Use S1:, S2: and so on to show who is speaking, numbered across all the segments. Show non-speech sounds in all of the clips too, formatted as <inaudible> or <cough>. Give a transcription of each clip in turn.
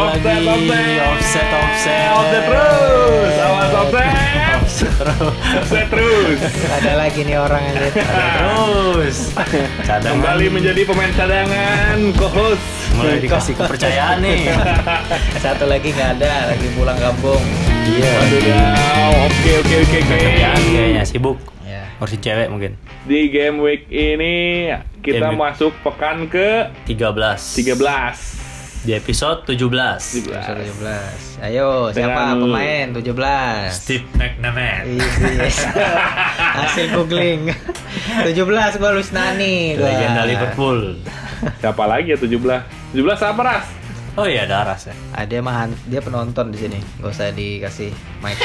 S1: Obsep,
S2: offset offset
S1: Offset terus. Awas offset. Offset terus.
S3: Ada lagi nih orang
S2: <laughs>
S3: aja.
S2: terus cadangan
S1: Kembali menjadi pemain cadangan, co-host.
S2: mulai dikasih kepercayaan
S1: <laughs>
S2: nih
S3: Satu lagi nggak ada, lagi pulang kampung.
S2: iya
S1: Aduh, dah. Oke, oke, oke,
S2: kerjaan
S1: oke.
S2: kayaknya Iya, sibuk
S3: Ya.
S2: ngurusin cewek mungkin
S1: Di game week ini kita
S2: Game week.
S1: masuk pekan ke
S2: 13
S1: 13.
S2: di episode 17
S3: Episode
S1: 13.
S3: 17. Ayo, siapa
S1: Dengan-
S3: pemain 17?
S2: Steve <laughs> McNamara
S3: Iya, Hasil googling. 17 gua Lusnani gua.
S2: legenda Liverpool
S1: Siapa lagi ya 17? 17 apa Ras?
S2: oh iya ada Aras ya
S3: Ah, dia mah han- dia penonton di sini. Gak usah dikasih mic.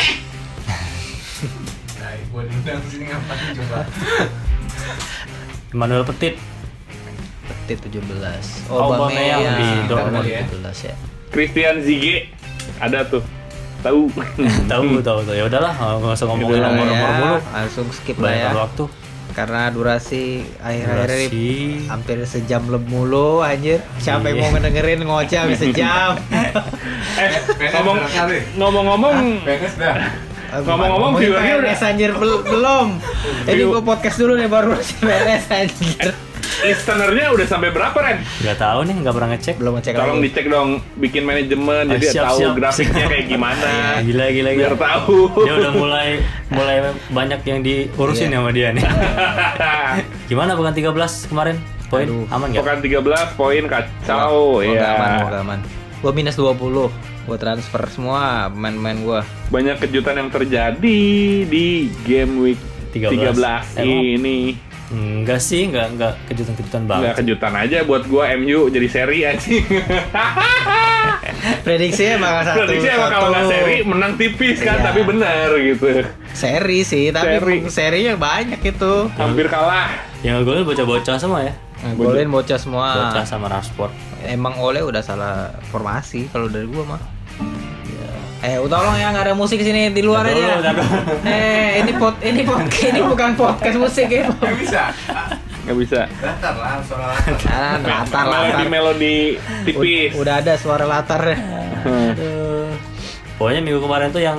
S2: Emmanuel Petit
S3: Petit 17.
S2: Oh, Aubameyang di Dortmund ya.
S3: 17 ya.
S1: Christian Zige ada tuh. Tahu.
S2: tahu tahu tahu ya udahlah nggak usah ngomongin
S1: Hmm. Udah lah
S2: nomor nomor
S3: Ya,
S2: mulu
S3: langsung skip lah ya.
S2: banyak waktu
S3: Karena durasi akhir-akhir ini
S2: Durasi.
S3: hampir sejam lebih mulu anjir. Siapa
S2: Iya.
S3: yang mau ngedengerin ngoceh
S1: <laughs>
S3: habis sejam?
S1: eh, ngomong ngomong-ngomong Ngomong-ngomong,
S3: Ngomongin
S1: viewernya udah-
S3: PNS anjir bel- belum. Jadi
S1: View-
S3: gua podcast dulu nih baru si PNS anjir.
S1: listenernya udah sampai berapa Ren?
S2: nggak tahu nih nggak pernah ngecek
S3: Belum ngecek
S1: Tolong
S3: lagi.
S1: dicek dong bikin manajemen
S2: Ah,
S1: jadi ya
S2: siap,
S1: tahu
S2: siap,
S1: grafiknya
S2: siap.
S3: <laughs>
S1: kayak gimana.
S3: Iya,
S2: Ah, gila gila gila
S1: Biar tahu.
S2: dia udah mulai mulai banyak yang diurusin
S3: Iya.
S2: sama dia
S1: <laughs>
S2: nih gimana bukan 13 kemarin poin
S3: Aduh.
S2: aman nggak
S1: Pekan 13 poin kacau
S3: Gua nggak aman, gua
S1: ya.
S3: nggak aman. Gua minus 20. Gua transfer semua pemain-pemain gua.
S1: Banyak kejutan yang terjadi di game week
S2: 13.
S1: 13, ini.
S2: enggak sih enggak enggak kejutan kejutan banget
S1: Nggak kejutan aja buat gua MU jadi seri anjing.
S3: Prediksinya ya, bakal <laughs> satu.
S1: Prediksi emang kalau
S3: satu.
S1: nggak seri menang tipis kan
S3: Iya.
S1: tapi benar gitu.
S3: Seri sih, tapi
S1: Seri.
S3: serinya banyak itu.
S1: Hampir kalah.
S2: yang golnya bocah-bocah semua ya
S3: Golin bocah semua.
S1: Ah.
S2: bocah sama Rashford
S3: Emang Oleh udah salah formasi kalau dari gua mah. Eh, tolong ya nggak ada musik di sini di luar
S2: Ntar
S3: aja.
S2: dulu, ntar dulu.
S3: Eh, ini pot ini pot ini bukan podcast musik ya.
S1: Nggak bisa.
S3: Ah, latar latar.
S1: melodi melodi tipis.
S3: Ud- Udah ada suara latar. Iya.
S1: Hmm.
S2: pokoknya minggu kemarin tuh yang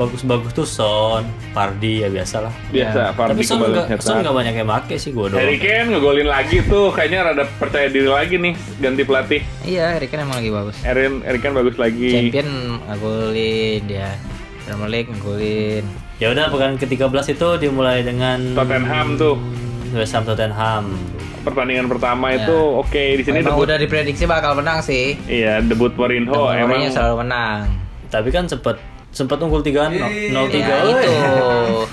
S2: bagus-bagus tuh Son Pardi ya biasa lah
S1: Biasa. Pardi
S2: tapi Son
S1: kebalik
S2: enggak
S1: nyetak.
S2: Son enggak banyak yang make sih gua doang
S1: Harry Kane ngegolin lagi tuh kayaknya rada percaya diri lagi nih ganti pelatih.
S3: Iya, Eric kan emang lagi bagus.
S1: Erin Harry Kane bagus lagi.
S3: Champion ngegolin dia. Premier League ngegolin.
S2: ya udah pekan ke-13 itu dimulai dengan
S1: Tottenham tuh
S2: West Ham Tottenham
S1: pertandingan pertama
S3: Ya.
S1: itu oke di sini
S3: Emang
S1: debut.
S3: udah diprediksi bakal menang sih.
S1: Iya debut Mourinho
S3: Dan
S1: emang
S3: Mourinho selalu menang.
S2: tapi kan sempet sempet unggul 3
S1: Iya,
S2: 0
S3: Ya
S2: 3
S3: itu. <laughs>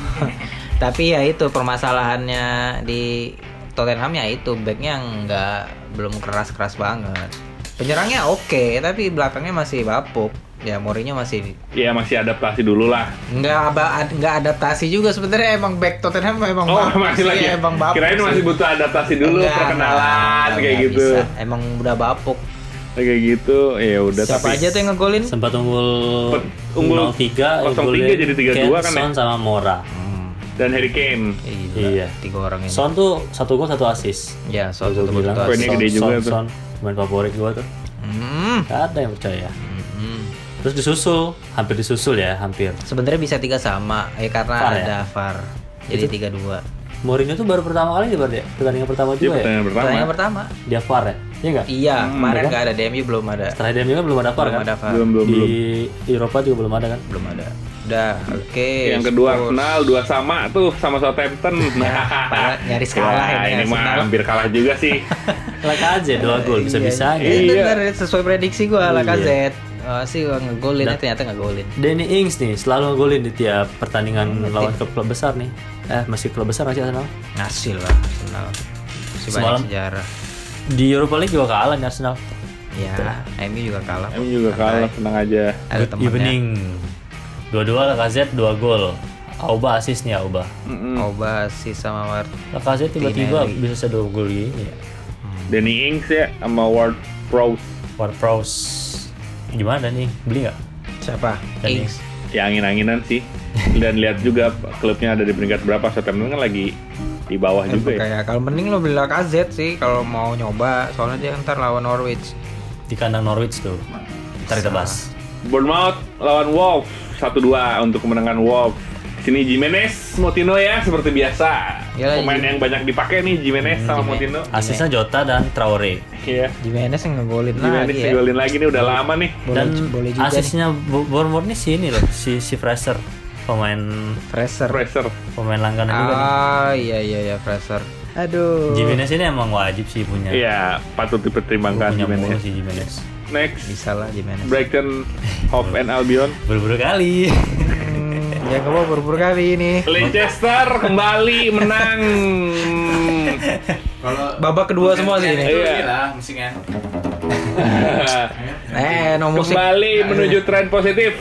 S3: Tapi ya itu permasalahannya di Tottenham ya itu backnya nggak belum keras keras banget. Penyerangnya oke tapi belakangnya masih bapuk. Ya Mourinho masih
S1: ya masih adaptasi dulu lah.
S3: nggak aba- ad- nggak adaptasi juga sebenarnya emang back Tottenham emang
S1: Oh
S3: bapuk
S1: masih
S3: sih,
S1: lagi.
S3: emang bapuk
S1: Kirain
S3: sih.
S1: masih butuh adaptasi dulu
S3: Nggak,
S1: perkenalan kayak
S3: nggak, nggak
S1: gitu.
S3: bisa. Emang udah bapuk.
S1: Kayak gitu ya udah
S3: Siapa
S1: tapi
S3: aja tuh yang ngegolin?
S2: sempat unggul
S1: Pet- unggul
S2: 0-3
S1: 0-3
S2: unggulin
S1: jadi 3-2 kan
S2: Kane,
S1: ya?
S2: Son sama Mora
S1: dan Harry Kane.
S3: Hmm, iya.
S2: Iya.
S3: Tiga orang ini.
S2: Son tuh satu gol satu asis
S3: Ya, soal
S2: Gua
S3: satu
S2: bilang,
S3: satu
S1: Poinnya
S2: Son,
S1: gede juga
S2: Son,
S1: tuh.
S2: Son, pemain favorit gua tuh
S3: Hmm.
S2: gak ada yang percaya
S3: Hmm.
S2: terus disusul hampir disusul ya hampir
S3: Sebenarnya bisa tiga sama, eh karena
S2: Var ya?
S3: ada VAR. Jadi tiga dua.
S2: Mourinho tuh baru pertama kali ya berarti ya? pertandingan pertama
S1: Dia
S2: juga ya
S1: Iya, pertandingan pertama.
S3: Pertanyaan pertama.
S2: dia VAR ya iya nggak
S3: Iya, kemarin
S2: kan?
S3: nggak ada DMU belum ada.
S2: setelah dia Milan belum ada VAR
S3: Belum
S2: kan
S3: ada VAR.
S1: Belum belum
S2: di
S1: belum.
S2: Eropa juga belum ada kan
S3: Belum ada. Udah, oke.
S1: Yang kedua
S3: Spurs.
S1: Arsenal dua sama tuh sama Southampton. <laughs>
S3: parah, nyaris Iya. kalah
S1: Wah,
S3: ini
S1: ini mah
S3: Arsenal.
S1: hampir kalah juga sih.
S3: <laughs>
S2: laka aja dua gol bisa bisa
S3: Iya,
S2: ya
S3: itu
S1: Iya.
S3: ntar sesuai prediksi
S2: Iya.
S3: gua lah KZ. Oh, sih gua ngegolin, eh, ternyata ngegolin.
S2: Danny Ings nih selalu golin di tiap
S4: Hmm,
S2: pertandingan lawan klub klub besar nih eh masih klub besar masih Arsenal
S3: Ngasil lah Arsenal. Masih banyak
S2: Semalam.
S3: sejarah.
S2: di Europa League juga kalah nih Arsenal
S3: Ya, MU juga kalah.
S1: Kami juga kalah tenang aja.
S3: Ada
S2: Good
S3: temennya.
S2: evening dua-dua Lacazette dua gol Auba assist nih Auba
S1: Mm-mm.
S3: Oba sih sama Ward.
S2: Lacazette tiba-tiba
S3: Tinelli.
S2: bisa dua gol gini ya
S1: Danny Ings ya sama Ward Prowse
S2: Ward Prowse gimana nih beli nggak
S3: Siapa?
S2: Danny
S3: Ings.
S1: ya angin-anginan sih. Dan lihat juga klubnya ada di peringkat berapa. Southampton kan lagi di bawah
S3: Emang
S1: juga ya.
S3: kayak kalau mending lo beli KZ sih kalau mau nyoba soalnya dia ntar lawan Norwich
S2: di kandang Norwich tuh Ntar kita bahas.
S1: Bournemouth lawan Wolf 1-2 untuk kemenangan Wolf. Sini Jimenez, Moutinho ya seperti biasa.
S3: Iya,
S1: Pemain yang
S3: Jim-
S1: banyak dipakai nih Jimenez sama Moutinho.
S2: Asisnya
S4: ya.
S2: Jota dan Traore.
S1: Iya.
S3: Jimenez yang ngegolin
S1: Jimenez
S3: lagi ya.
S1: digolin lagi nih udah lama nih.
S2: Dan
S4: Boleh, boleh juga nih.
S2: asisnya Bo- Bournemouth nih si ini loh, si si Fraser, pemain
S3: Fraser.
S1: Fraser.
S2: pemain langganan juga. nih.
S3: Ah iya iya iya Fraser.
S4: Aduh.
S2: Jimenez ini emang wajib sih punya.
S1: Iya, patut
S2: Ya. Gua
S1: dipertimbangkan
S2: punya mulu
S1: Jimenez.
S2: si Jimenez.
S1: Next,
S3: Bisa lah Jimenez.
S1: Brighton Hove and Albion.
S2: Buru-buru
S1: <laughs>
S2: kali.
S3: Hmm, ya kamu buru-buru kali ini.
S1: Leicester kembali menang.
S5: Kalau
S3: Babak kedua semua sih ini.
S5: Itu
S1: Iya.
S5: inilah musiknya.
S3: Eh, no musik.
S1: kembali menuju tren positif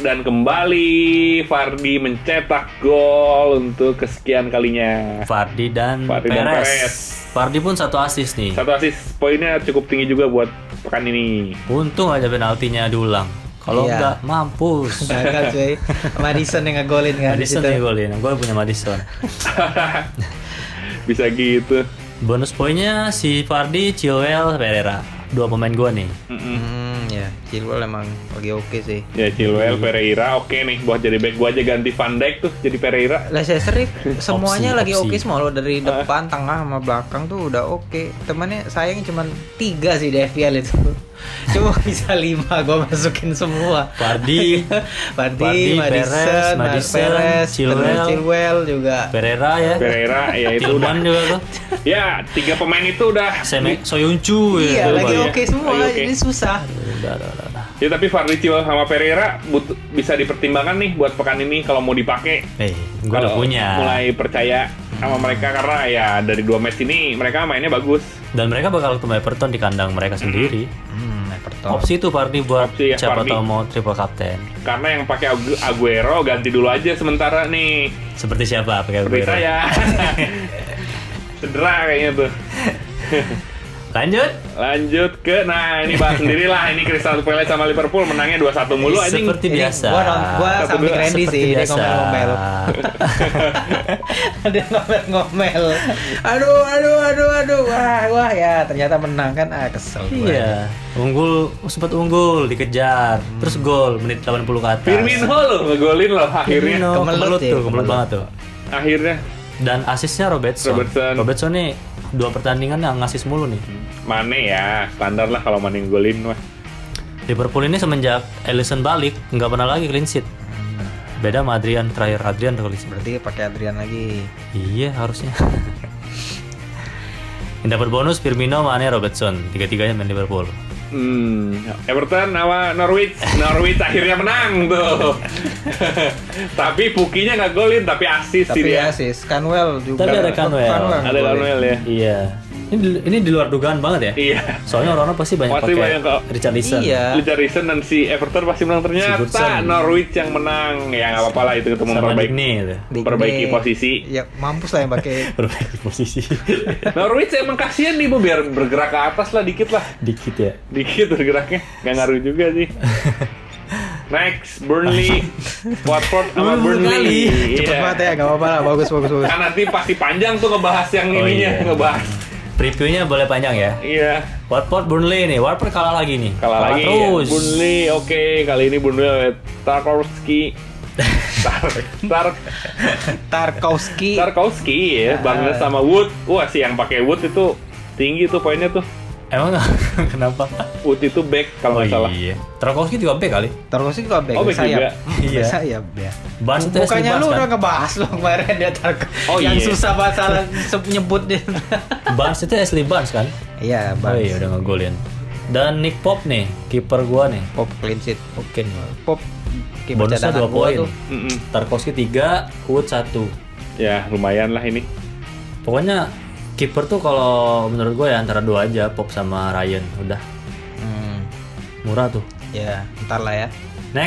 S1: dan kembali Fardi mencetak gol untuk kesekian kalinya.
S2: Fardi dan
S1: Vardy dan
S2: Perez.
S1: Perez.
S2: Fardi pun satu asis nih.
S1: Satu asis poinnya cukup tinggi juga buat pekan ini. <laughs>
S2: Untung aja penaltinya diulang. Kalau
S3: Iya.
S2: enggak
S3: <laughs>
S2: mampus.
S3: Gagal cuy. Madison yang ngegolin kan di
S2: Madison
S3: situ.
S2: nih golin. Gue punya Madison.
S1: Bisa gitu.
S2: Bonus poinnya si Fardi, Chilwell, Pereira. Dua pemain gue nih.
S1: Mm-mm.
S3: Hmm, ya, Chilwell emang lagi oke sih.
S1: Ya Chilwell, Pereira oke nih buat jadi back gua aja ganti Van Dijk tuh jadi Pereira.
S3: Leicester
S2: <laughs>
S3: nih,
S2: Opsi,
S3: semuanya lagi
S2: opsi. Ah.
S3: oke semua lo dari depan, tengah sama belakang tuh udah oke. Temannya sayang cuman tiga sih di FPL itu. <laughs> Cuma bisa lima gua masukin semua. <laughs>
S1: <laughs>
S2: Vardy, Vardy,
S3: Vardy,
S2: Perez,
S3: Madison,
S2: Madison,
S3: Perez,
S2: Chilwell.
S3: Chilwell. Chilwell juga.
S2: Pereira ya.
S1: Pereira ya itu udah.
S2: Tilman juga tuh.
S1: Ya tiga pemain itu udah.
S2: Semek Soyuncu
S3: Iya,
S2: ya.
S3: lagi
S1: Chilwell.
S3: oke semua,
S1: Lagi oke.
S3: jadi susah.
S2: Udah, udah, udah, udah.
S1: Ya tapi Fardi Chilwell sama Pereira butuh, bisa dipertimbangkan nih buat pekan ini kalau mau dipakai.
S2: Eh, gue udah
S1: Kalau
S2: punya.
S1: Mulai percaya sama mereka karena ya dari dua match ini mereka mainnya bagus.
S2: Dan mereka bakal ketemu Everton di kandang mereka sendiri.
S3: Hmm, Everton.
S2: Opsi tuh Fardi buat
S1: Opsi ya,
S2: siapa
S1: Vardy.
S2: tahu mau triple captain.
S1: Karena yang pakai Agu- Aguero ganti dulu aja sementara nih.
S2: Seperti siapa? Pakai
S1: Seperti
S2: Aguero. <laughs>
S1: saya. Cedera kayaknya tuh.
S2: Lanjut.
S1: Lanjut ke nah ini bahas sendiri lah ini Crystal Palace sama Liverpool menangnya 2-1 mulu anjing.
S2: Seperti
S3: Ini
S2: biasa.
S3: Gua, non- gua
S1: Satu
S3: samping
S1: dua,
S3: Randy
S2: Seperti
S3: sih, dia
S2: biasa.
S3: ngomel-ngomel. <laughs> Ada yang ngomel-ngomel. Aduh, aduh, aduh, aduh. Wah, wah ya, ternyata menang kan. Ah, kesel gua.
S2: Iya, unggul sempat unggul dikejar, terus gol menit 80 ke atas.
S1: Hmm. Firmino loh ngegolin loh akhirnya.
S2: Firmino,
S3: Kemelut
S2: kemelut tuh,
S3: ya,
S2: kemelut
S3: kemelut.
S2: banget tuh.
S1: Akhirnya
S2: Dan asisnya Robertson.
S1: Robertson.
S2: Robertson nih dua pertandingan yang ngasis mulu nih.
S1: Mane ya standar lah kalau Mane ngegolin mah.
S2: Liverpool ini semenjak Alisson balik nggak pernah lagi clean sheet. Beda sama Adrian terakhir Adrian tuh clean sheet.
S3: Berarti pakai Adrian lagi.
S2: Iya harusnya. <laughs> yang dapat bonus Firmino, Mane, Robertson, tiga-tiganya main Liverpool.
S1: Hmm, Everton sama Norwich. Norwich <laughs> akhirnya menang tuh. <laughs> tapi pukinya nggak golin tapi asis sih
S3: Tapi
S1: dia.
S3: ya sih, Canwell juga.
S2: Tapi ada Canwell.
S1: Ada Manuel ya.
S2: Iya. Ini di, ini di luar dugaan banget ya.
S1: Iya.
S2: Soalnya orang-orang pasti banyak
S1: Pasti
S2: pakai
S1: banyak kok.
S2: Richarlison.
S3: Iya.
S1: Richarlison dan si Everton pasti menang ternyata
S2: Ya. Sigurdsson.
S1: Norwich yang menang. Ya nggak apa-apa lah itu ketemu
S2: sama
S1: memperbaiki
S2: Digne itu. <laughs>
S1: memperbaiki
S3: Digne.
S1: posisi.
S3: Ya, mampus lah yang pakai
S2: Perbaiki <laughs> posisi
S1: <laughs> Norwich emang kasihan nih Bu biar bergerak ke atas lah dikit lah.
S2: dikit ya.
S1: Dikit bergeraknya. Nggak ngaruh juga
S2: <laughs>
S1: sih. Next, Burnley, Watford sama
S2: Buru-buru kali.
S1: Burnley.
S3: cepet
S1: Iya.
S3: banget ya, gak apa-apa lah. Bagus, bagus, bagus.
S1: Kan nanti pasti panjang tuh ngebahas yang
S2: Oh,
S1: ininya,
S2: iya.
S1: ngebahas.
S2: Previewnya boleh panjang ya.
S1: Iya,
S2: Watford Burnley nih. Watford kalah lagi nih.
S1: kalah lagi. ya.
S2: Terus.
S1: Burnley, oke, kali ini Burnley oleh Tarkowski. Tar, tar,
S3: Tarkowski.
S1: Tarkowski ya, Barnes sama Wood. Wah sih yang pakai Wood itu tinggi tuh poinnya tuh.
S2: Emang <laughs> kenapa?
S1: Wood itu back kalau nggak salah.
S2: iya. Tarkowski juga back kali.
S3: Tarkowski kok back
S1: Oh, back juga.
S3: sayap. Hmm, back
S2: Iya.
S3: Sayap ya.
S2: Barnes itu asli
S3: Bukannya lu
S2: Barnes
S3: udah
S2: kan?
S3: ngebahas lo kemarin dia Tarko.
S1: Oh,
S3: yang
S1: iya.
S3: susah banget salah se- nyebut
S1: <laughs>
S3: dia.
S2: Barnes itu asli Barnes kan? Oh
S3: Iya, Bang.
S2: iya udah ngegolin. Dan Nick Pop nih, kiper gua nih.
S3: Pop clean sheet.
S2: Oke nih.
S3: Pop kiper
S2: Bonusnya
S3: cadangan
S2: dua
S3: gua
S2: poin.
S3: tuh.
S1: Mm-mm.
S2: Tarkowski 3, Wood 1.
S1: Ya lumayan lah ini.
S2: Pokoknya kiper tuh kalau menurut gue ya antara dua aja Pop sama Ryan udah
S3: Hmm.
S2: murah tuh.
S3: Ya, ntar lah ya.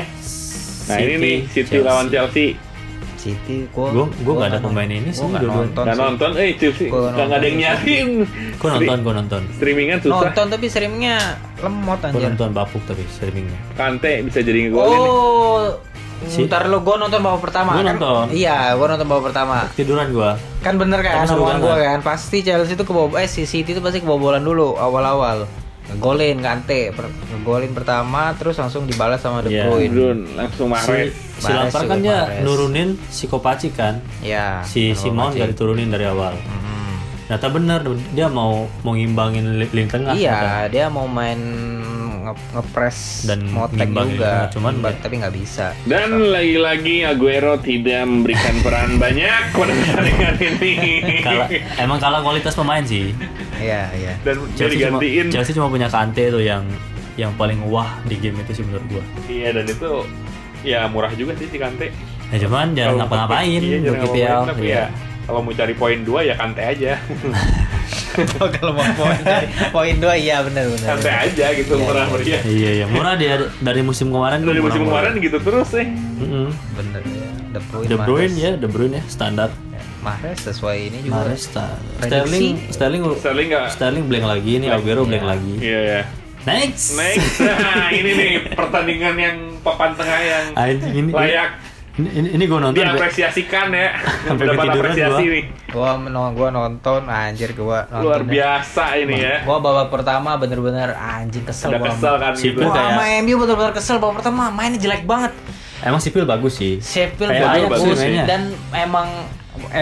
S2: Next.
S1: Nah ini nih City lawan Chelsea.
S3: City gua
S2: Gue gue nggak ada
S3: nonton.
S2: pemain ini sih.
S3: Gua nggak
S2: dua-duanya.
S3: nonton.
S1: Nggak
S3: sih.
S1: nonton, eh Chelsea
S3: Gua
S1: nggak nggak ada yang nyarin.
S2: Gue nonton gue nonton.
S1: Streamingan susah.
S3: Nonton tapi streamingnya lemot
S2: Gue
S3: anjir.
S2: nonton bapuk tapi streamingnya.
S1: Kante bisa jadi ngegolin.
S3: Oh,
S2: Si-
S3: ntar lo gua nonton babak
S2: Gua
S3: pertama kan?
S2: nonton.
S3: Iya, gua nonton babak pertama.
S2: Tiduran gue.
S3: Kan bener kan
S2: Tapi seru
S3: omongan gua
S2: banget.
S3: kan pasti Chelsea itu kebobol eh si City itu pasti kebobolan dulu awal-awal. Ngegolin Kante, per, ngegolin pertama terus langsung dibalas sama De
S2: Iya.
S3: Bruyne.
S1: Dun, langsung
S2: Si,
S1: Mahrez.
S2: si
S3: Mahrez
S2: Lampard kan
S3: juga,
S2: dia
S3: Mahrez.
S2: nurunin si Kopaci kan.
S3: Ya.
S2: Si si Mount
S3: Kovacic.
S2: nggak diturunin dari awal.
S3: Hmm.
S2: Ternyata bener dia mau mau ngimbangin li- lini tengah.
S3: iya,
S2: ternyata.
S3: dia mau main nge- ngepres
S2: Dan
S3: motek
S2: ngimbangin,
S3: juga,
S2: cuman
S3: Ngimbang,
S2: dia-
S3: tapi nggak bisa.
S1: Dan lagi-lagi Aguero tidak memberikan peran banyak pada pertandingan ini.
S2: Kalah- emang kalah kualitas pemain sih.
S3: Iya, iya.
S1: Dan jadi
S2: Chelsea cuma,
S1: gantiin.
S2: Chelsea cuma punya Kante tuh yang yang paling wah di game itu sih menurut gua.
S1: Iya dan itu ya murah juga sih si Kante.
S2: Nah, cuman jarang
S1: Kalau
S2: ngapa-ngapain
S1: Iya,
S2: untuk
S1: jarang
S2: IPL.
S1: ngapa-ngapain, tapi
S2: Iya.
S1: ya kalau mau cari poin dua ya Kante aja.
S3: <laughs> Kalau mau poin dari- <laughs> poin dua iya benar benar.
S1: <laughs> Kante aja gitu
S3: Iya,
S1: murah
S3: iya.
S1: meriah.
S2: Iya, iya, murah dia dari musim kemarin
S1: Dari musim
S2: murah-murah.
S1: kemarin gitu terus sih.
S2: Mm-mm.
S3: Bener ya. De Bruyne.
S2: De Bruyne
S3: Mahrez.
S2: ya, De Bruyne ya standar.
S3: Mahrez sesuai ini juga.
S2: Mahrez standar.
S3: Prediksi.
S2: Sterling, Sterling,
S1: Sterling nggak-
S2: Sterling blank lagi ini, Aguero blank lagi.
S1: Iya ya.
S2: Next. <laughs>
S1: Next, nah ini nih pertandingan yang papan tengah yang
S2: Anjing ini.
S1: layak
S2: Ini, ini, ini gue nonton. sampai-
S1: diapresiasikan ya.
S2: <laughs> Sampai
S1: Dapat
S2: ketiduran
S1: apresiasi
S2: gua.
S1: nih.
S3: Gua menong gua nonton anjir gua nonton. ya.
S1: Luar biasa ini ya.
S3: Gua babak pertama bener-bener anjing kesel
S1: Udah
S3: gua.
S1: kesel kan
S2: Si
S1: gitu.
S2: Gua
S3: Gua sama
S2: kayak-
S3: MU bener-bener kesel babak pertama mainnya jelek banget.
S2: Emang sipil bagus sih.
S3: Sheffield
S2: Kayak
S1: bagus
S3: bagus,
S1: sih
S2: mainnya.
S3: dan emang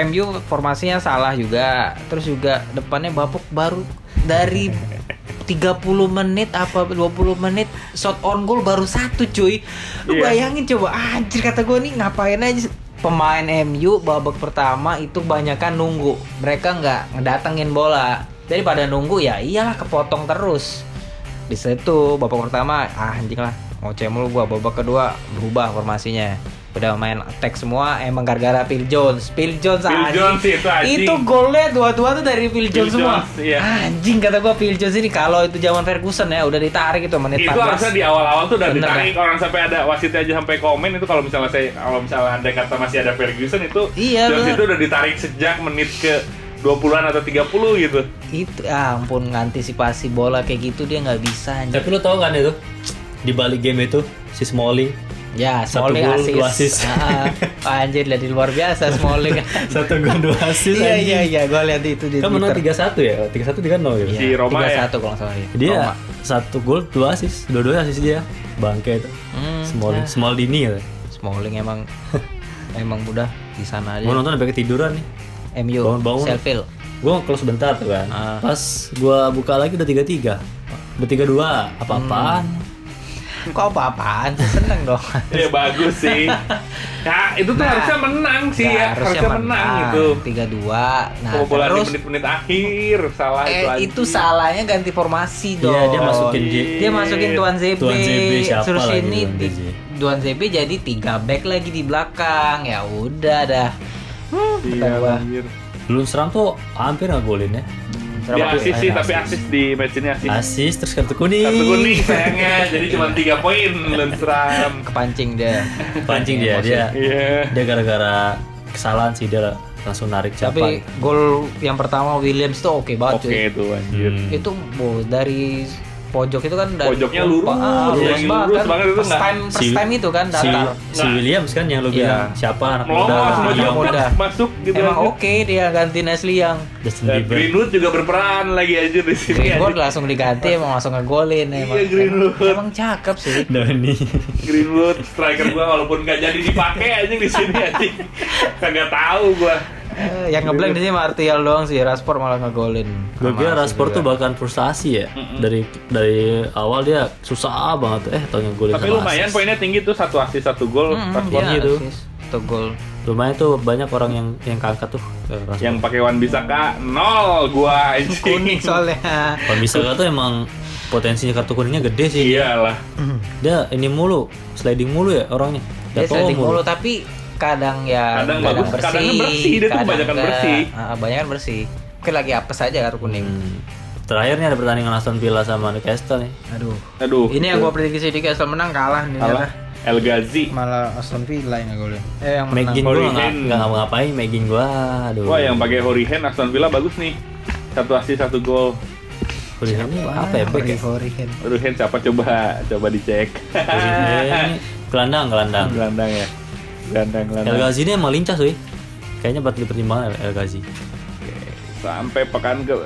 S3: MU formasinya salah juga. Terus juga depannya bapuk baru
S1: <laughs>
S3: dari 30 menit apa 20 menit shot on goal baru satu cuy. Lu
S1: Iya.
S3: bayangin coba anjir kata gue nih ngapain aja pemain MU babak pertama itu banyakan nunggu. Mereka nggak ngedatengin bola. Daripada nunggu ya iyalah kepotong terus. Di situ babak pertama ah anjing lah ngoceh mulu gua babak kedua berubah formasinya udah main attack semua emang gara-gara Phil Jones Phil Jones
S1: Phil
S3: anjing.
S1: Jones itu anjing.
S3: itu golnya dua-dua tuh dari
S1: Phil
S3: Phil, Jones semua
S1: Jones, iya.
S3: anjing kata gua Phil Jones ini kalau itu zaman Ferguson ya udah ditarik itu
S1: itu
S3: menit
S1: harusnya di
S3: 14
S1: awal-awal tuh udah
S3: Bener,
S1: ditarik orang sampai ada wasit aja sampai komen itu kalau misalnya saya kalau misalnya anda kata masih ada Ferguson itu
S3: Iya,
S1: Jones
S3: bener.
S1: itu udah ditarik sejak menit ke 20-an atau 30 gitu.
S3: itu ah, ampun ngantisipasi bola kayak gitu dia nggak bisa anjing
S2: Tapi lo tau kan itu di balik game itu si Smalling
S3: ya
S2: Satu
S3: Smalling
S2: gol,
S3: asis,
S2: dua assist.
S3: Ah, ah. anjir dari luar biasa
S2: <laughs>
S3: Smalling
S2: satu gol dua assist.
S3: iya
S2: anjing.
S3: iya iya gua lihat itu di
S2: Kan menang
S3: Twitter.
S2: tiga satu ya, tiga satu tiga nol gitu.
S1: Iya. Si Roma ya?
S3: 3-1 kalau nggak salah ya.
S2: Dia
S3: Roma.
S2: satu gol dua assist, dua-dua assist dia. Bangke itu.
S3: Hmm,
S2: Smalling,
S3: ah.
S2: Smalldini ya.
S3: Smalling
S2: <laughs>
S3: emang emang udah di sana
S2: Gue
S3: aja.
S2: nonton sampai ketiduran nih.
S3: MU,
S2: bangun-bangun.
S3: Sheffield.
S2: gue close bentar tuh kan
S3: Ah.
S2: pas gue buka lagi udah tiga tiga udah tiga dua apa apaan
S3: Hmm. Kok apa-apaan sih seneng dong.
S1: <laughs> Ya bagus
S3: <laughs>
S1: sih. Nah, itu tuh harusnya menang sih ya, harusnya, menang, gitu.
S3: Tiga dua. Nah
S1: Kebobolan
S3: terus
S1: di menit-menit akhir salah itu
S3: eh,
S1: anjing. Iya,
S3: itu salahnya ganti formasi dong.
S2: Iya, dia masukin J-
S3: Dia masukin Tuan ZB.
S2: Tuan ZB siapa
S3: terus
S2: lagi
S3: ini
S2: Tuan
S3: di-
S2: ZB?
S3: Tuan ZB jadi tiga back lagi di belakang. Ya udah dah. Hmm, kata
S1: Iya,
S3: gua.
S1: anjir.
S2: belum seram tuh hampir nggak golin ya
S1: Dia asis
S2: Asis.
S1: sih, tapi asis di match ini
S3: Iya.
S1: asis.
S2: asis terus kartu kuning
S1: Kartu kuning sayangnya, jadi cuma 3
S3: <laughs>
S1: poin Lundstram.
S3: Kepancing dia.
S2: <laughs> pancing dia
S3: Emosi.
S2: dia
S1: Iya.
S2: dia gara-gara kesalahan sih dia langsung narik capan
S3: Tapi gol yang pertama Williams tuh oke banget cuy.
S1: Oke itu
S3: iya,
S1: anjir.
S2: Hmm.
S3: itu bo, dari pojok itu kan dari
S1: Pojoknya lurus,
S3: ah, lurus
S1: yang
S3: banget
S1: lurus
S3: kan
S1: banget itu nah.
S3: first
S1: nggak-
S3: time first time itu kan
S2: si,
S3: datar
S2: si
S1: Nah.
S2: Williams kan yang lu
S3: Iya.
S2: bilang siapa anak muda
S1: Melompat
S3: Udah,
S1: semua
S2: Williams.
S3: udah.
S1: cepat masuk gitu.
S3: emang
S1: anjir.
S3: oke dia ganti Nesli yang
S2: Justin
S1: Dan
S2: Bieber <laughs>
S1: Greenwood juga berperan lagi aja di sini.
S3: Greenwood
S1: anjir.
S3: langsung diganti emang langsung ngegolin emang
S1: Iya, Greenwood.
S3: emang, emang cakep sih
S2: Doni
S1: Greenwood striker gua walaupun gak jadi dipakai anjing di sini anjing.
S3: <laughs>
S1: Kagak tahu gua.
S3: Eh, yang ngeblank di sini Martial doang sih Rashford malah ngegolin
S2: gue
S3: Sama
S2: kira
S3: Asis
S2: Rashford
S3: juga.
S2: tuh bahkan frustasi ya dari dari awal dia susah banget eh taunya golin
S1: Tapi
S2: sama
S1: lumayan
S2: assist.
S1: poinnya tinggi tuh satu asis satu gol
S3: Mm-mm,
S1: Rashford.
S3: iya,
S2: itu.
S3: assist. Tuh gol
S2: lumayan tuh banyak orang yang yang keangkat tuh eh, Rashford.
S1: Yang pakai Wan Bisaka nol gua anjing.
S3: kuning
S2: <laughs>
S3: soalnya
S2: Kalau misalnya tuh emang potensinya kartu kuningnya gede sih.
S1: Iyalah.
S2: Dia ini mulu, sliding mulu ya orangnya.
S3: dia
S2: Jatuh
S3: sliding mulu tapi kadang ya
S1: Kadang bagus, kadangnya bersih, dia tuh kebanyakan
S3: enggak.
S1: bersih.
S3: Ah, kebanyakan bersih mungkin lagi apes aja kartu kuning
S2: Hmm. Terakhir nih ada pertandingan Aston Villa sama Newcastle nih.
S3: aduh
S1: Aduh.
S3: ini yang gua Iya. prediksi di Newcastle menang kalah nih
S1: Alah, El Ghazi.
S3: malah Aston Villa yang golin eh yang
S2: Megin
S3: menang
S1: Menang.
S2: gua nggak
S1: Origin.
S2: nggak ngapa-ngapain, Megin gua, aduh.
S1: Wah, yang pakai Horihen Aston Villa bagus nih. Satu asis satu gol.
S2: Origin ini apa ya? Back ya?
S3: Horihen
S1: Horihen siapa coba coba dicek.
S2: Origin ini gelandang, gelandang.
S1: Gelandang ya. Gelandang
S2: El
S1: gelandang.
S2: Ghazi ini emang lincah sih. Kayaknya patut dipertimbangkan El El Ghazi.
S1: Sampai pekan ke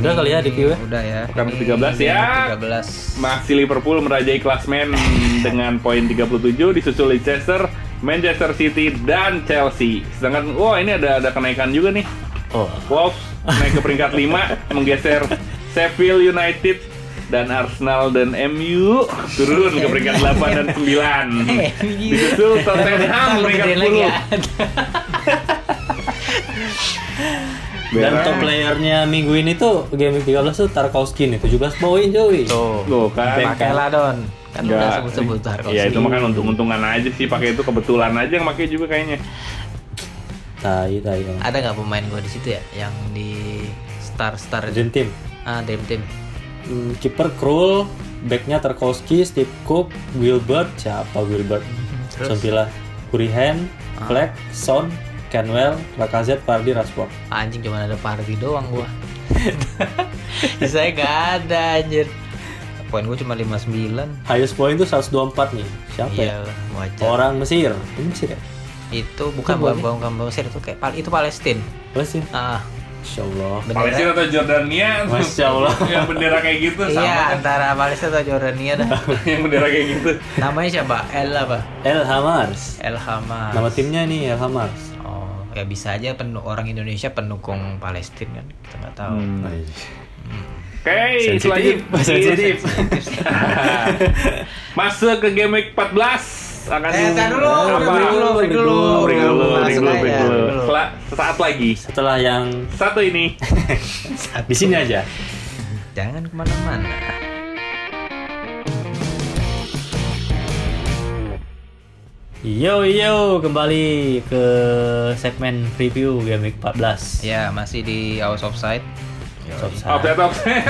S2: Udah kali ya di PU ya?
S3: Udah ya.
S1: Pekan
S3: Ini
S1: ke-13 ya.
S3: 13.
S1: Masih Liverpool merajai klasmen dengan poin 37 disusul Leicester, Manchester City dan Chelsea. Sedangkan wah ini ada ada kenaikan juga nih.
S2: Oh,
S1: Wolves naik ke peringkat 5 menggeser Sheffield United dan Arsenal dan MU turun ke peringkat 8 dan 9. Disusul Tottenham
S3: Ntar lu
S1: peringkat
S3: gedein lagi
S1: 10.
S3: ya.
S2: dan
S1: Berak.
S2: top playernya minggu ini tuh game week 13 tuh Tarkowski nih 17 poin Joey.
S3: Tuh.
S1: Tuh kan.
S3: Pakai lah Don. Kan udah
S1: Nggak.
S3: sebut-sebut Tarkowski.
S1: Iya itu makan untung-untungan aja sih pakai itu kebetulan aja yang pakai juga kayaknya.
S2: Tai tai. emang.
S3: Ada nggak pemain gue di situ ya yang di Star Star
S2: Dream Team.
S3: ah Dream Team.
S2: Hmm, kiper Krul, backnya Tarkowski, Steve Cook, Wilbert, siapa Wilbert?
S3: Terus?
S2: Sempila, Kurihan, Fleck, Son, Canwell, Lacazette, Vardy, Rashford.
S3: Ah, Anjing cuma ada Pardi doang gua. <laughs> Saya nggak ada anjir. Poin gue cuma 59.
S2: Highest point tuh 124 nih. Siapa ya?
S3: Iyalah, wajar.
S2: Orang Mesir. Ini Mesir ya?
S3: Itu bukan
S2: Itu boleh.
S3: bukan bukan Mesir itu kayak Pal- itu Palestina.
S2: Mesir.
S3: Ah,
S2: Masya Allah.
S1: Palestina
S3: bendera.
S1: atau Jordania?
S2: Masya Allah.
S1: <laughs> yang bendera kayak gitu
S3: Iya,
S1: sama kan? <laughs>
S3: antara Palestina atau Jordania dah.
S1: yang bendera kayak gitu.
S3: Namanya siapa? El apa?
S2: <laughs> El Hamars.
S3: El Hamas.
S2: Nama timnya nih El Hamars.
S3: Oh, ya bisa aja penuh orang Indonesia pendukung Palestina kan. Kita nggak tahu.
S2: Hmm.
S1: Oke,
S2: Sensitif.
S3: <laughs>
S1: selanjutnya
S2: Sensitif.
S1: Masuk ke game week 14 akan
S3: Eh, tar dulu,
S1: apa?
S3: break dulu, break dulu.
S1: Break dulu, break dulu,
S3: Masuk
S1: break
S3: aja,
S1: dulu.
S3: break dulu.
S1: Sela- Sesaat lagi.
S2: Setelah yang
S1: Satu
S3: <laughs>
S1: ini.
S2: di sini aja.
S3: Jangan kemana-mana.
S2: Yo yo, kembali ke segmen review Game Week 14.
S3: Ya, masih di House of Sight.
S2: Sob-sob.
S1: Offset, offset.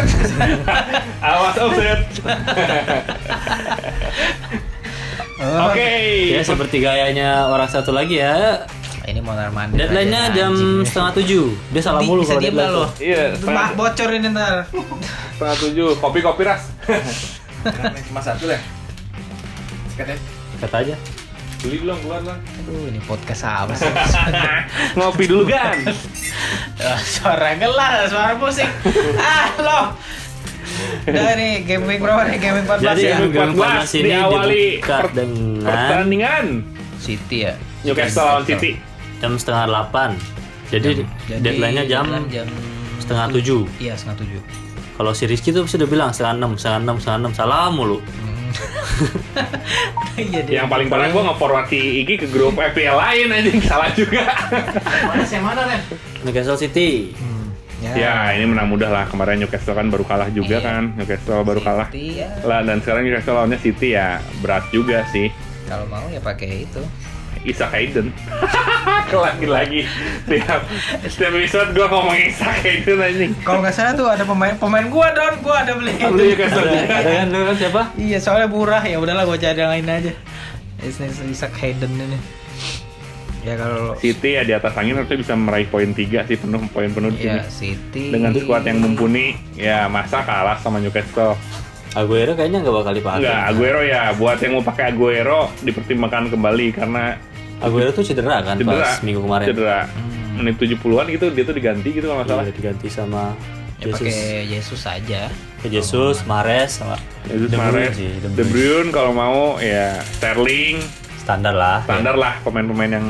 S3: <laughs>
S1: Awas offset.
S3: Eh.
S1: Oke.
S2: Ya seperti gayanya orang satu lagi ya.
S3: Ini mau mandi.
S2: Deadline-nya jam
S3: ya.
S2: setengah tujuh. Dia salah
S3: Di-
S2: mulu
S3: bisa
S2: kalau
S3: diem
S2: deadline
S3: nggak
S2: tuh.
S3: lo?
S1: Iya,
S3: Ma-
S1: setengah-
S3: bocor ini ntar.
S1: setengah tujuh. Kopi kopi ras. <laughs>
S4: Cuma satu ya? Sikat ya?
S2: Kata aja.
S1: Beli dong keluar lah.
S3: Aduh, ini podcast apa sih? <laughs>
S1: Ngopi dulu kan.
S3: Ah, suara gelas, suara musik. Ah, lo. Udah nih, game week berapa nih? Game week 14
S2: Jadi
S3: ya?
S2: yang
S1: Game Week
S2: game 14 ini
S1: diawali
S2: dibuka
S1: per-
S3: Nah.
S2: dengan
S1: Pertandingan
S3: City ya?
S1: Newcastle lawan City.
S2: jam setengah delapan. Jadi,
S3: Jadi,
S2: deadline-nya jam
S3: deadline jam
S2: setengah tujuh.
S3: Iya, setengah tujuh.
S2: Kalau si Rizky tuh sudah bilang setengah enam, setengah enam, setengah enam, salah mulu.
S3: <laughs> Iya, dia.
S1: Yang paling parah gue nge-forward si Iki ke grup FPL lain aja salah
S3: <laughs>
S1: juga.
S4: Mana sih yang mana, Ren?
S2: Newcastle City.
S3: Hmm.
S1: ya ini menang mudah lah kemarin Newcastle kan baru kalah juga
S3: Iya.
S1: kan Newcastle baru kalah.
S3: City ya.
S1: Lah dan sekarang Newcastle lawannya City ya berat juga sih.
S3: Kalau mau ya pakai itu.
S1: Isak Hayden. <laughs> Lagi-lagi setiap setiap episode gue ngomong Isak Hayden anjing.
S3: Kalau nggak salah tuh ada pemain pemain gua don, gua ada beli
S1: Lu Newcastle juga.
S2: Ada kan lu kan siapa?
S3: Iya, soalnya murah ya udahlah gua cari yang lain aja. Isnis Isaac Hayden ini. Ya kalau
S1: City ya di atas angin harusnya bisa meraih poin 3 sih penuh poin penuh di sini.
S3: ya City
S1: Dengan skuad yang mumpuni, ya masa kalah sama Newcastle.
S2: Aguero kayaknya nggak bakal dipakai.
S1: Enggak, Aguero ya buat yang mau pakai Aguero dipertimbangkan kembali karena
S2: Aguero tuh cedera kan
S1: cedera
S2: pas minggu kemarin. Hmm.
S1: Cedera. Menit 70-an gitu dia tuh diganti gitu kalau nggak salah.
S2: Iya, diganti sama
S3: ya
S2: Jesus.
S3: pakai Jesus aja.
S2: Ke Jesus, Mares sama
S1: Jesus
S2: De Bruyne
S1: Mahrez,
S2: sih, De
S1: De
S2: Bruyne.
S1: Bruyne kalau mau ya Sterling,
S2: standar lah.
S1: standar lah pemain-pemain yang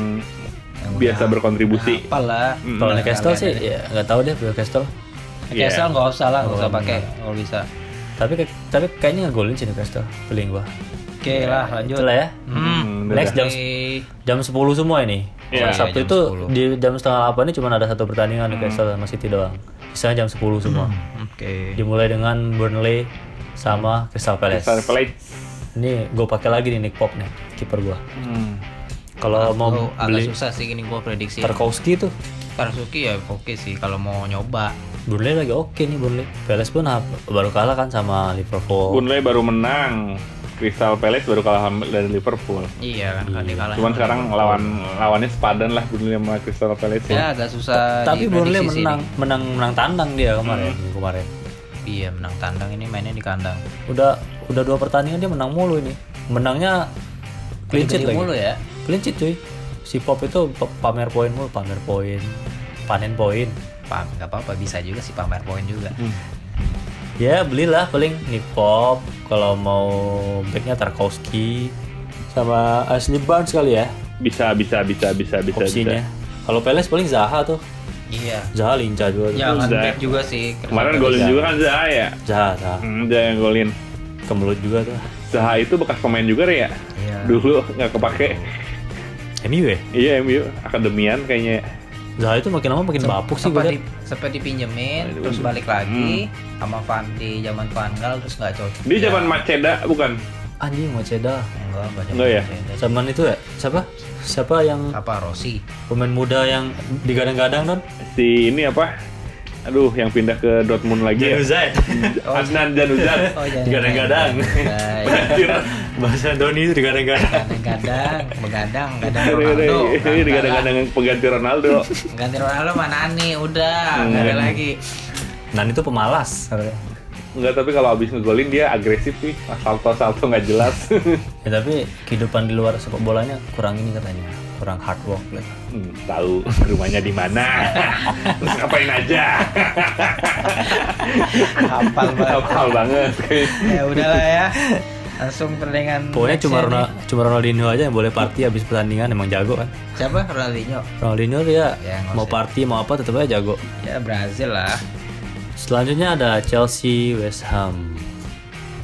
S1: biasa berkontribusi.
S3: Apalah.
S1: Hmm.
S2: Kalau
S3: Nah,
S2: Newcastle
S3: kalian
S2: sih
S3: aja.
S2: ya nggak tahu deh Newcastle.
S1: Iya.
S3: Newcastle nggak usah lah, nggak usah
S2: Oh,
S3: pakai kalau bisa.
S2: Tapi ke- tapi kayaknya ngegolin sih Newcastle, feeling gua.
S3: Oke lah, lanjut.
S2: Itulah ya.
S1: Hmm, udah.
S2: Next jam
S3: Oke.
S2: jam 10 semua ini.
S1: Iya.
S2: Kalau Sabtu
S3: Iya, jam
S2: itu
S3: 10.
S2: di jam setengah 8 ini cuma ada satu pertandingan Newcastle sama City doang. Sisanya jam 10 semua.
S3: Hmm. Oke.
S2: Dimulai dengan Burnley sama Crystal Palace.
S1: Crystal Palace.
S2: Ini gue pakai lagi nih Nick Pop nih, kiper gua. Kalau mau
S3: Lu Oh, agak
S2: beli
S3: susah sih gini gua prediksi.
S2: Tarkowski tuh
S3: Tarsuki ya oke sih kalau mau nyoba.
S2: Burnley lagi oke nih Burnley. Palace pun ha- baru kalah kan sama Liverpool.
S1: Burnley baru menang. Crystal Palace baru kalah dari Liverpool.
S3: Iya kan kalau dia kalah.
S1: Cuman sekarang lawan lawannya sepadan lah Burnley sama Crystal Palace ya.
S3: ya agak susah
S2: Tapi Burnley
S3: diprediksi sih
S2: menang, menang menang tandang dia kemarin minggu kemarin.
S3: ini. Iya menang tandang ini mainnya di kandang.
S2: Udah udah dua pertandingan dia menang mulu ini. Menangnya clean sheet
S3: Gede
S2: lagi.
S3: mulu ya.
S2: Clean sheet cuy. Si Pop itu pa- pamer poin mulu, pamer poin, panen poin.
S3: Jepang nggak apa-apa bisa juga sih pamer poin juga
S2: Hmm. Ya belilah paling Nikpop kalau mau backnya Tarkowski sama Ashley Barnes kali ya
S1: Bisa, bisa, bisa, bisa, bisa.
S2: opsinya.
S1: bisa.
S2: Kalau Peles paling Zaha tuh.
S3: iya
S2: Zaha lincah juga. tuh.
S3: jangan
S1: Zai.
S3: back juga sih
S1: Kemarin golin
S3: Iya.
S1: juga kan Zaha ya.
S2: Zaha, Zaha.
S1: Hmm, Zaha yang golin.
S2: Kemelut juga tuh.
S1: Zaha itu bekas pemain juga ya.
S3: Iya.
S1: Dulu nggak kepake.
S2: MU ya?
S1: Iya MU akademian kayaknya.
S2: Zaha itu makin lama makin bapuk sih gue
S3: sempat,
S2: liat.
S3: di, sempat dipinjemin
S1: Aduh.
S3: terus balik lagi sama Van di zaman Van Gaal terus nggak cocok
S1: Hmm.
S3: Iya.
S1: Dia zaman Maceda bukan?
S2: Anjing Maceda.
S3: enggak banyak
S1: Enggak ya?
S2: Zaman itu ya? Siapa? Siapa yang
S3: apa Rossi
S2: pemain muda yang digadang-gadang Don?
S1: Si ini apa? Aduh, yang pindah ke Dortmund lagi ya.
S2: Januzaj.
S1: <laughs> Adnan Januzaj.
S3: jangan
S2: Digadang-gadang.
S3: Jangan.
S1: Anjir.
S2: <laughs> Bahasa Doni itu digadang-gadang.
S3: Kadang-kadang, begadang, kadang Ronaldo.
S1: Ini digadang-gadang yang pengganti Ronaldo.
S3: Ganti Ronaldo mana nih? Udah, nggak ada lagi.
S2: Nan itu pemalas.
S1: Enggak, tapi kalau habis ngegolin dia agresif sih. Salto-salto nggak jelas. <laughs>
S2: Ya tapi kehidupan di luar sepak bolanya kurang ini katanya, kurang hard work gitu.
S1: Hmm, tahu rumahnya di mana. <laughs> Terus ngapain aja.
S3: Hafal banget.
S1: Hafal banget.
S3: ya udahlah ya. Langsung pertandingan.
S2: Pokoknya
S3: next
S2: cuma
S3: ya
S2: Ronal-
S3: nih.
S2: cuma Ronaldinho aja yang boleh party habis pertandingan emang jago kan.
S3: Siapa Ronaldinho?
S2: Ronaldinho dia
S3: Ya, nggak
S2: mau
S3: usah.
S2: party mau apa tetap aja jago.
S3: Ya Brazil lah.
S2: Selanjutnya ada Chelsea West Ham.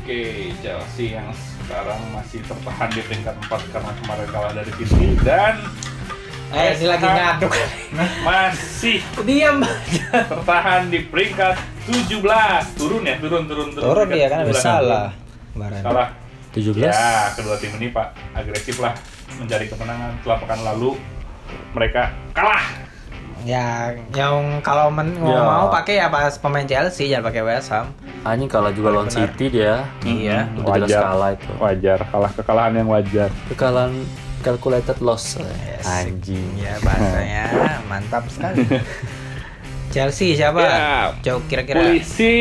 S1: Oke, Chelsea yang sekarang masih tertahan di tingkat 4 karena kemarin kalah dari City dan
S3: Eh, dia lagi ngaduk.
S1: masih
S3: <laughs> Diam.
S1: tertahan di peringkat 17. Turun ya, turun turun turun.
S3: Turun
S1: Peringkat
S3: dia kan habis
S1: 17.
S3: salah. Kemarin.
S1: Salah.
S2: 17.
S1: Ya, kedua tim ini Pak agresif lah mencari kemenangan setelah pekan lalu mereka kalah.
S3: Ya, yang kalau men- mau
S2: Ya.
S3: mau pakai ya pas pemain Chelsea jangan pakai West Ham.
S2: Anjing kalah juga lawan City dia.
S3: Iya.
S2: Udah jelas kalah itu.
S1: Wajar, kalah kekalahan yang wajar.
S2: Kekalahan calculated loss. Anjing.
S3: Ya bahasanya mantap
S2: <laughs>
S3: sekali. Chelsea siapa?
S1: Ya.
S3: Jauh kira-kira.
S1: Polisi,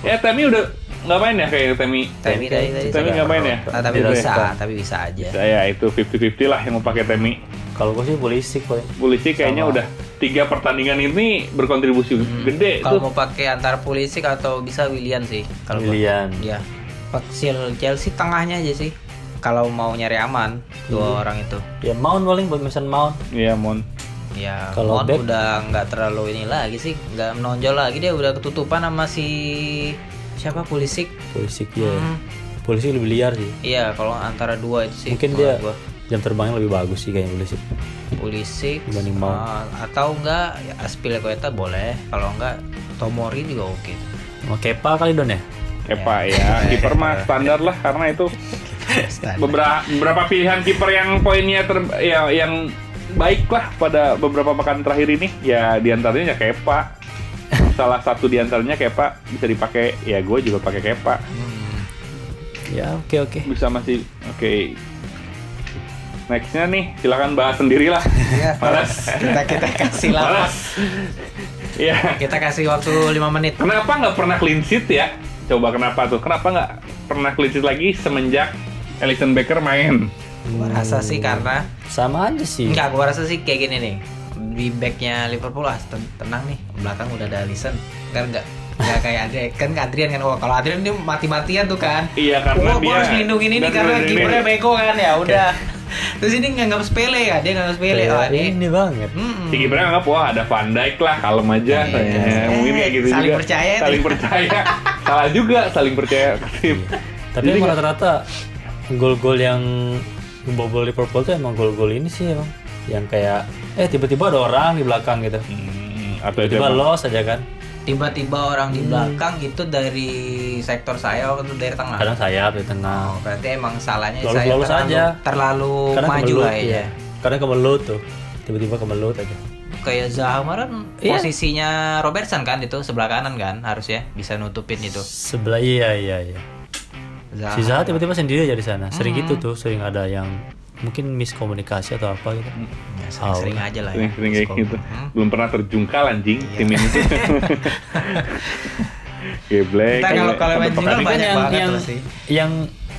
S1: eh Temi udah nggak main ya kayak Temi.
S3: Tapi tadi tadi
S1: Tapi nggak main ya?
S3: Nah, tapi
S2: Tidak
S3: bisa,
S2: rekam.
S3: tapi bisa aja.
S1: Saya Ya, itu 50-50 lah yang mau pakai Temi.
S2: Kalau gue sih polisi paling.
S1: Polisi kayaknya
S2: Sama.
S1: udah tiga pertandingan ini berkontribusi gede
S3: Kalau
S1: tuh.
S3: mau pakai antar Pulisic atau bisa Willian sih. Kalau gua.
S2: Willian.
S3: Iya. Paksil Chelsea tengahnya aja sih. Kalau mau nyari aman dua orang itu.
S2: Ya Mount paling buat Mason Mount.
S1: Iya, Mon.
S3: Ya,
S2: Kalau
S3: Mount
S2: back-
S3: udah nggak terlalu ini lagi sih, nggak menonjol lagi dia udah ketutupan sama si siapa Pulisic.
S2: Polisi ya.
S3: Hmm.
S2: Polisi lebih liar sih.
S3: Iya, kalau antara dua itu sih.
S2: Mungkin dia
S3: menurut gua.
S2: jam terbangnya lebih bagus sih kayaknya polisi.
S3: Pulisic
S2: Dibanding Mount.
S3: ah, atau enggak ya Aspilicueta boleh, kalau enggak Tomori juga oke.
S2: Mau Kepa kali Don ya?
S1: Kepa ya, kiper mah standar lah karena itu beberapa beberapa pilihan kiper yang poinnya ter ya, yang baik lah pada beberapa pekan terakhir ini ya diantaranya ya Kepa salah satu diantaranya Kepa bisa dipakai ya gue juga pakai Kepa
S3: Hmm.
S2: Ya oke oke.
S1: bisa masih oke nextnya nih silakan bahas sendirilah <laughs>
S3: Iya,
S1: Malas.
S3: kita kita kasih lama.
S1: Malas. ya
S3: Kita kasih waktu 5 menit.
S1: kenapa nggak pernah clean sheet ya coba kenapa tuh kenapa nggak pernah clean sheet lagi semenjak Alison Becker main
S3: Gua rasa sih karena
S2: Sama aja sih.
S3: enggak gua rasa sih kayak gini nih. Di backnya Liverpool ah ten- tenang nih, belakang udah ada Alisson. Ntar enggak enggak kayak Adrian kan Adrian kan Wah, kalau Adrian dia mati-matian tuh kan.
S1: Iya, karena
S3: Wah, gua
S1: dia-
S3: harus lindungin ini
S1: dan
S3: karena
S1: lindungin
S3: kipernya
S1: ini.
S3: bego kan ya udah. Terus ini nganggap sepele ya, dia nganggap sepele.
S2: Kayak
S3: Oh, ini.
S2: ini banget.
S3: Mm-mm.
S1: Si kipernya nganggap wah ada Van Dijk lah kalem aja
S3: Iya.
S1: Ya, mungkin kayak gitu
S3: Saling
S1: juga.
S3: percaya itu.
S1: saling
S3: <laughs>
S1: percaya salah juga saling percaya tim
S2: Tapi emang rata-rata gol-gol yang bobol Liverpool tuh emang gol-gol ini sih emang yang kayak eh tiba-tiba ada orang di belakang gitu.
S1: Hmm, atau itu
S2: Tiba-tiba
S1: emang-
S2: los aja kan.
S3: Tiba-tiba orang
S2: Hmm.
S3: di belakang itu dari sektor saya waktu dari tengah.
S2: Kadang sayap di tengah.
S3: Oh, berarti emang salahnya
S2: Lulus-
S3: saya
S2: lulus
S3: terlalu,
S2: aja.
S3: terlalu
S2: Kadang
S3: Oh, maju
S2: kemelut,
S3: lah
S2: iya.
S3: ya.
S2: Kadang kemelut tuh. Tiba-tiba kemelut aja.
S3: Kayak Zaha kemarin
S2: Iya.
S3: posisinya Robertson kan itu sebelah kanan kan harusnya bisa nutupin itu.
S2: Sebelah iya iya iya.
S3: Zaha. kan,
S2: Si Zaha tiba-tiba sendiri aja di sana. Sering
S3: Hmm.
S2: gitu tuh, sering ada yang mungkin miskomunikasi atau apa gitu.
S3: Ya, sering-sering aja lah. Ya.
S1: sering-sering kayak gitu
S3: Hmm.
S1: belum pernah terjungkal anjing
S3: Iya.
S1: tim
S3: <laughs>
S1: ini Geblek.
S3: Ntar kalau kalau main
S1: Satu
S3: juga
S1: pekan
S3: banyak
S2: Kan yang
S3: banget
S2: yang,
S3: loh sih.
S2: yang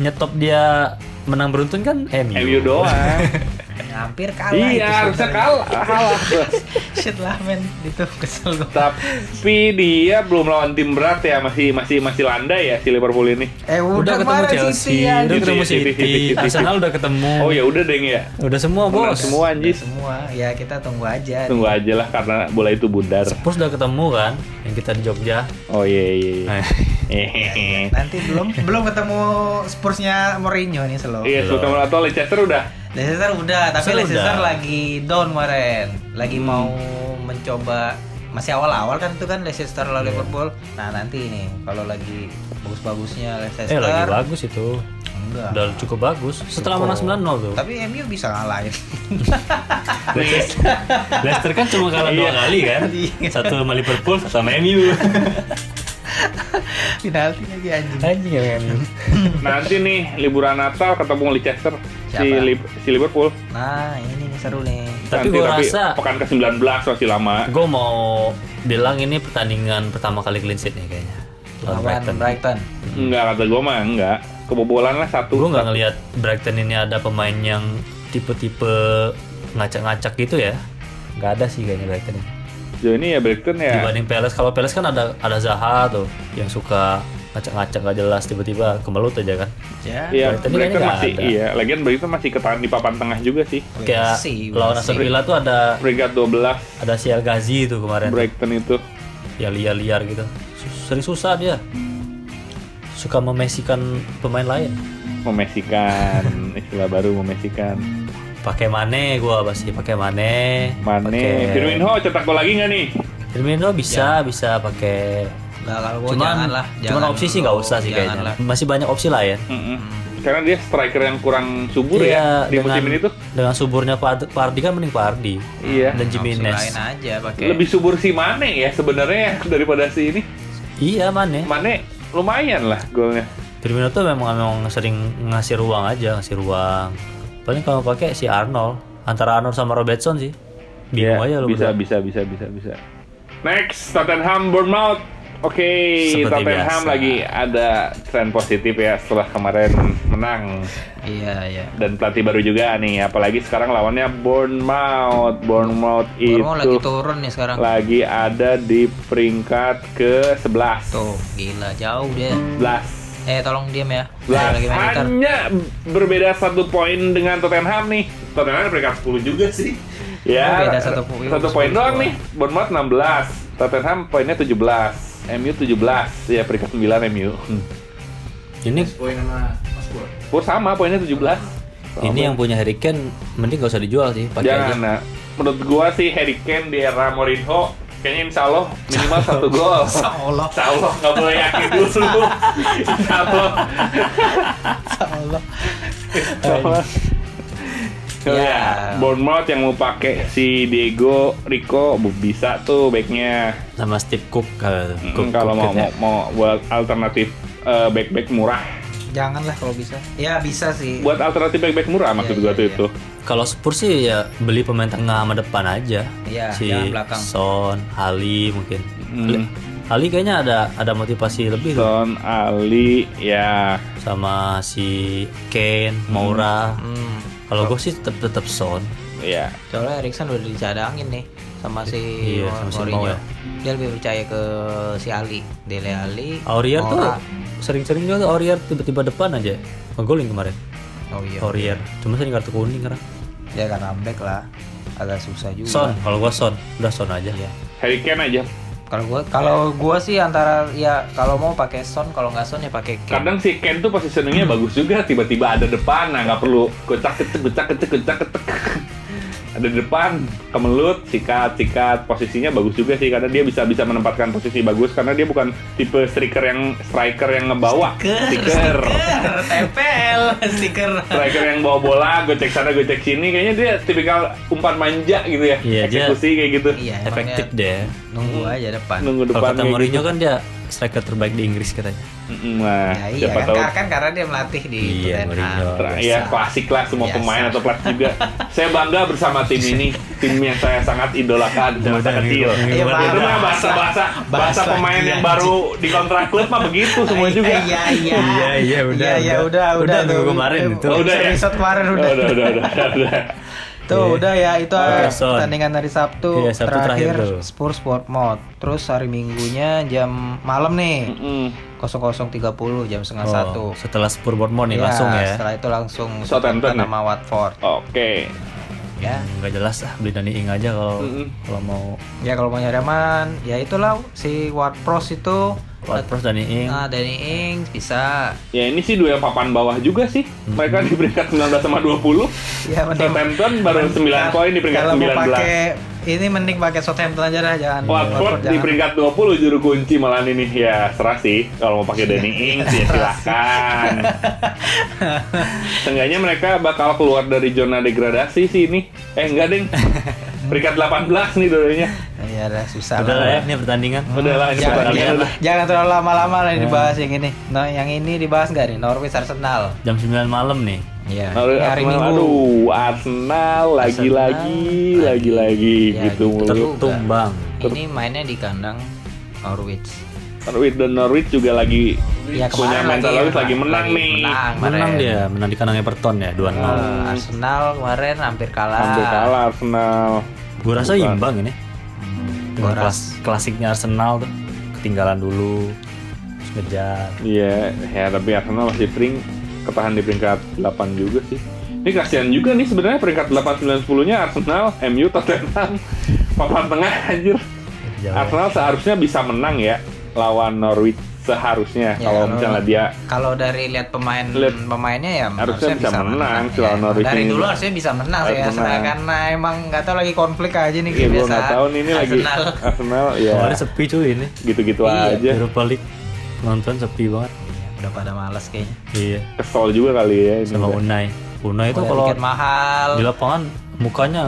S2: nyetop dia menang beruntun kan
S1: MU
S2: MU.
S1: doang
S3: hampir kalah
S1: Iya,
S3: gitu. itu
S1: harusnya
S3: sebenarnya.
S1: kalah. kalah.
S3: <laughs> shit lah men itu kesel gue
S1: Tapi dia belum lawan tim berat ya, masih masih masih landai ya si Liverpool ini.
S3: eh
S2: udah ketemu Chelsea, udah
S1: Gitu
S2: ketemu
S1: ya, City,
S2: City,
S1: City, City.
S2: Arsenal udah ketemu.
S1: Oh ya udah deng ya.
S2: Udah semua
S1: Udah
S2: Oh, bos.
S1: semua anjir.
S3: semua ya kita tunggu aja
S1: Tunggu aja lah karena bola itu bundar.
S2: Spurs udah ketemu kan yang kita di Jogja.
S1: Oh iya iya. iya.
S2: Eh,
S1: Hehehe.
S3: nanti belum belum ketemu Spursnya Mourinho nih selo
S1: Iya, Sultan atau Leicester udah.
S3: Leicester udah tapi
S2: Leicester
S3: Leicester
S2: udah. Hmm.
S3: lagi down kemarin lagi mau mencoba masih awal-awal kan itu kan Leicester lawan
S2: Iya.
S3: Liverpool nah nanti nih kalau lagi bagus-bagusnya Leicester
S2: eh lagi bagus itu.
S3: enggak
S2: Udah cukup bagus. Setelah menang 9-0 tuh.
S3: tapi MU bisa ngalahin <laughs>
S2: Leicester kan cuma kalah dua kali kan.
S3: <laughs> Iya.
S2: Satu sama Liverpool, satu sama MU.
S3: penalti lagi anjing
S2: Anjing ya MU.
S1: Nanti nih liburan Natal ketemu Leicester si,
S3: Siapa?
S1: Lip- si Liverpool.
S3: nah ini nih seru nih
S2: Tapi
S1: Nanti,
S2: gua rasa-
S1: pekan ke-19 masih lama.
S2: Gue mau bilang ini pertandingan pertama kali clean sheet nih kayaknya. Lawan
S3: lawan
S2: Brighton.
S3: Brighton
S1: Enggak kata gua mah enggak. Kebobolan lah satu.
S2: Gue nggak ngelihat Brighton ini ada pemain yang tipe-tipe ngacak-ngacak gitu ya. Nggak ada sih kayaknya Brighton ini.
S1: Sejauh ini ya Brighton ya.
S2: Dibanding Palace, kalau Palace kan ada ada Zaha tuh yang suka ngacak-ngacak nggak jelas tiba-tiba kemelut aja kan.
S3: ya
S1: Iya,
S2: Brighton
S1: Brighton
S2: kayaknya
S1: masih
S2: nggak ada.
S1: iya. Lagian Brighton masih ketahan di papan tengah juga sih.
S3: We'll
S2: Kayak
S3: see, we'll
S2: lawan Aston
S3: see.
S2: Villa tuh ada
S1: Peringkat 12
S2: ada si El Ghazi itu kemarin.
S1: Brighton itu.
S2: ya liar-liar gitu. Sus- Sering susah dia. Suka memesikan pemain lain.
S1: memesikan istilah baru memesikan
S2: Pakai Mane gua pasti pakai Mane.
S1: Mane
S2: pakai-
S1: Firmino cetak gol lagi nggak nih
S2: Firmino bisa bisa pakai
S3: Nggak, kalau gua
S2: cuman
S3: jangan lah
S2: cuman
S3: Oh, jangan
S2: opsi sih
S3: dulu,
S2: nggak usah sih
S3: jangan
S2: kayaknya.
S3: lah.
S2: Masih banyak opsi lah ya.
S1: Mm-mm. karena dia striker yang kurang subur ya di musim ini tuh
S2: Iya, dengan suburnya Pard- Pardi kan mending Pardi.
S1: Iya.
S2: Dan
S3: Nah, Opsi lain
S2: Jimenez.
S3: aja pakai
S1: lebih subur si Mane ya sebenarnya <laughs> ya daripada si ini
S2: Iya Mane.
S1: Mane lumayan lah golnya
S2: Firmino tuh memang memang sering ngasih ruang aja, ngasih ruang. Paling kalau pakai si Arnold, antara Arnold sama Robertson sih. Bingung aja lu
S1: Iya, bisa
S2: berdua.
S1: bisa bisa bisa bisa next Tottenham Bournemouth Oke,
S2: Seperti
S1: Tottenham
S2: biasa.
S1: lagi ada tren positif ya setelah kemarin menang
S3: iya iya
S1: dan pelatih baru juga nih. Apalagi sekarang lawannya Bournemouth. Bournemouth itu
S3: Bormo lagi turun nih sekarang
S1: lagi ada di peringkat ke 11.
S3: Tuh, gila jauh dia.
S1: 11.
S3: Eh, tolong diam ya. Saya lagi main gitar.
S1: Hanya berbeda satu poin dengan Tottenham nih. Tottenham peringkat 10 juga sih. Ya,
S3: Oh, beda satu poin.
S1: satu poin
S3: 10
S1: doang
S3: doang.
S1: nih. Bournemouth 16, Tottenham poinnya 17, MU 17. Ya peringkat 9 MU.
S2: Ini
S4: Poin sama Mas Pur.
S1: Spurs sama poinnya 17. Sama.
S2: ini yang punya Harry Kane mending gak usah dijual sih, pakai aja.
S1: ya. Jangan, nah. Menurut gua sih Harry Kane di era Mourinho kayaknya insya Allah minimal satu gol.
S3: Allah,
S1: Insya Allah nggak boleh yakin dulu. Insya Allah.
S3: Allah.
S1: Insya Allah.
S3: Ya.
S1: Ya, Bournemouth yang mau pakai si Diego Rico bu- bisa tuh backnya.
S2: Sama Steve Cook kalau
S1: Mm,
S2: Cook-
S1: Kalau
S2: Cook
S1: mau,
S2: kan ya.
S1: mau mau buat alternatif eh, back-back murah,
S3: Janganlah kalau bisa. Ya, bisa sih.
S1: buat alternatif back-back murah maksud
S3: Iya,
S1: gua
S3: iya,
S1: tuh
S3: iya.
S1: itu.
S2: Kalau Spurs sih ya beli pemain tengah sama depan aja.
S3: Iya,
S2: si
S3: jangan belakang.
S2: Son, Ali mungkin.
S1: Hmm.
S2: Ali- Ali kayaknya ada ada motivasi lebih
S3: Oh.
S2: tuh.
S1: Son Ali ya
S2: sama si Kane, Moura.
S3: Hmm.
S2: Kalau gue sih tetap tetap Son.
S1: ya
S3: Soalnya Erikson udah dicadangin nih sama si
S2: Iya, sama si
S3: Mourinho.
S2: Mourinho.
S3: Dia lebih percaya ke si Ali, Dele Ali.
S2: Aurier tuh
S3: Moura.
S2: sering-sering juga tuh Aurier tiba-tiba depan aja. Ngegoling kemarin.
S3: Oh iya.
S2: Aurier. Cuma sering kartu kuning karena.
S3: Dia akan comeback lah. Agak susah juga.
S2: Son, kalau gua Son, udah Son aja.
S3: Iya,
S1: Harry Kane aja.
S3: Kalau gua kalau gua sih antara ya kalau mau pakai Son, kalau nggak Son ya pakai Kane. <laughs>
S1: kadang si Ken tuh positioningnya bagus juga tiba-tiba ada depan nah nggak perlu kocak ketek kocak ketek kocak ketek <laughs> ada di depan kemelut sikat sikat posisinya bagus juga sih karena dia bisa bisa menempatkan posisi bagus karena dia bukan tipe striker yang striker yang ngebawa striker
S3: Stiker, TPL, <laughs> stiker.
S1: striker yang bawa bola gocek sana gocek sini kayaknya dia tipikal umpan manja gitu ya
S2: Iya, dia-
S1: eksekusi kayak gitu
S3: Iya, emang
S2: Efektif
S3: dia
S2: deh.
S3: Nunggu aja depan.
S1: nunggu
S2: Kalau
S1: depan
S2: kata
S1: kayak
S2: Mourinho
S1: gitu.
S2: kan dia striker terbaik di Inggris katanya.
S1: Mm-mm, nah
S3: Ya iya
S1: siapa
S3: kan,
S1: tahu
S3: kar- kan karena dia melatih di
S2: Iya, Mourinho.
S3: Tottenham. Nah,
S1: Tra- Ya klasik lah semua
S3: Biasa.
S1: pemain atau pelatih
S3: <laughs>
S1: juga. saya bangga bersama tim ini, tim yang saya sangat idolakan dari masa
S2: Udah,
S1: kecil.
S2: ini-
S3: ini
S1: Itu
S3: bahasa-
S1: mah bahasa bahasa bahasa
S3: bahasa
S1: pemain
S3: dia,
S1: yang baru di kontrak klub mah begitu semua juga.
S3: Iya iya.
S2: Iya, iya, udah,
S3: Iya iya
S2: udah.
S3: udah
S2: Udah,
S3: tuh.
S2: minggu kemarin itu.
S1: Udah, ya?
S3: Episode kemarin
S1: Oh,
S3: udah.
S1: udah udah udah. udah.
S2: Iya.
S3: Tuh udah ya itu
S2: Oke,
S3: ah,
S2: Son.
S3: pertandingan hari Sabtu,
S2: Iya, Sabtu
S3: terakhir,
S2: terakhir tuh.
S3: Spurs Portsmouth. Terus hari Minggunya jam malam nih
S1: Mm-mm.
S3: 00.30 jam setengah
S2: Oh,
S3: satu.
S2: setelah Spurs Bournemouth nih
S3: Iya,
S2: langsung ya.
S3: Setelah itu langsung
S1: Southampton
S3: Southampton
S1: nih.
S3: sama Watford.
S1: Oke.
S3: Ya,
S2: Gak jelas ah beli Dani Ing aja kalau
S1: Mm-mm.
S2: kalau mau
S3: ya kalau mau nyari aman, ya itulah si WordPress itu.
S2: Watford Dani Ing.
S3: Nah, Danny Ings bisa.
S1: Ya ini sih duel papan bawah juga sih. Mereka di peringkat 19 sama 20.
S3: Ya mending
S1: Southampton baru 9 poin di peringkat
S3: Kalau mau
S1: 19.
S3: pakai ini mending pakai Southampton aja dah, jangan
S1: Watford di
S3: jangan.
S1: peringkat 20 juru kunci malah ini ya serah sih kalau mau pakai Danny
S3: Iya.
S1: Ings ya
S3: <laughs>
S1: silahkan Seenggaknya mereka bakal keluar dari zona degradasi sih ini eh enggak deng peringkat 18 nih dulunya
S3: Iya dah, susah
S2: Udah lah ya ini Hmm. pertandingan.
S1: udah lah ini
S3: jangan,
S1: pertandingan
S3: jangan,
S1: udah.
S3: jangan terlalu lama-lama lah yang dibahas yang ini. No, yang ini dibahas nggak nih? Norwich Arsenal.
S2: Jam 9 malam nih.
S3: Iya.
S1: Lalu
S3: ini hari
S1: Nah, Arsenal,
S3: Minggu.
S1: aduh Arsenal lagi-lagi
S3: Arsenal,
S1: lagi-lagi
S3: Ya,
S1: gitu
S3: gitu.
S1: mulu
S3: Terus.
S2: Tertumbang.
S3: Ini mainnya di kandang Norwich.
S1: Norwich dan Norwich juga lagi
S3: Ya,
S1: punya
S3: kemarin
S1: mental Norwich lagi menang
S3: lagi
S1: nih
S3: Menang,
S2: Menang
S3: kemarin.
S2: dia, menang di kandang Everton ya 2-0.
S3: Eh, Arsenal kemarin hampir kalah.
S1: hampir kalah Arsenal
S2: Gue rasa
S1: Iya. Bukan.
S2: imbang ini. Dengan
S3: Gua
S2: kelas klasiknya Arsenal tuh ketinggalan dulu terus ngejar.
S1: Iya, ya tapi Arsenal masih pering ketahan di peringkat 8 juga sih. Ini kasihan juga nih sebenarnya peringkat 8 9 10-nya Arsenal, MU, Tottenham papan tengah anjir.
S2: Jauh.
S1: Arsenal seharusnya bisa menang ya lawan Norwich seharusnya
S2: Iya,
S3: Ya,
S1: kalau
S3: kalau-
S1: misalnya dia
S3: Kalau dari lihat pemain
S1: Lihat-
S3: pemainnya ya
S1: Harusnya bisa menang, sih, lawan
S3: ya.
S1: Norwich
S3: Dari
S1: ini.
S3: dulu harusnya bisa menang sih
S1: Harus
S3: ya,
S1: menang.
S3: karena emang nggak tahu lagi konflik aja
S1: ya,
S3: nih kayak
S1: gue
S3: Iya, biasa.
S1: nggak tahu nih ini lagi
S3: Arsenal.
S1: Arsenal ya
S2: Kemarin sepi cuy ini.
S1: gitu-gitu
S3: Iya.
S1: aja.
S2: Europa League nonton sepi banget.
S3: Udah pada malas kayaknya.
S2: Iya.
S1: Kesel juga kali ya ini.
S2: Sama Unai. Unai itu
S3: Udah
S2: kalau
S3: tiket mahal.
S2: di lapangan mukanya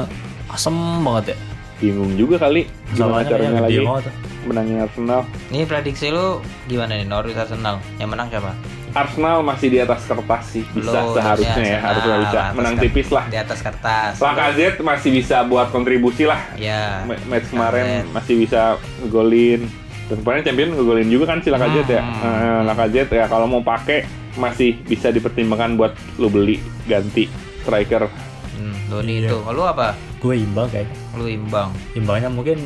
S2: asem banget ya.
S1: Bingung juga kali gimana
S2: Salahnya
S1: caranya
S2: kayaknya gede
S1: lagi
S2: banget.
S1: menangin Arsenal.
S3: Ini prediksi lu gimana nih Norwich Arsenal? Yang menang siapa?
S1: Arsenal masih di atas kertas sih, bisa
S3: Lu,
S1: seharusnya ya,
S3: Arsenal,
S1: harusnya bisa
S3: iya, atas
S1: menang
S3: kertas.
S1: tipis lah.
S3: Di atas kertas.
S1: Lacazette masih bisa buat kontribusi lah.
S3: Ya.
S1: Ma- Match kemarin masih bisa ngegolin. Dan kemarin champion ngegolin juga kan si Lacazette ya.
S3: Hmm.
S1: Eh, Lacazette ya kalau mau pakai masih bisa dipertimbangkan buat lu beli ganti striker.
S3: Hmm, Doni
S2: Iya.
S3: itu. Lu apa?
S2: Gue imbang kayaknya.
S3: Lu imbang
S2: Imbangnya mungkin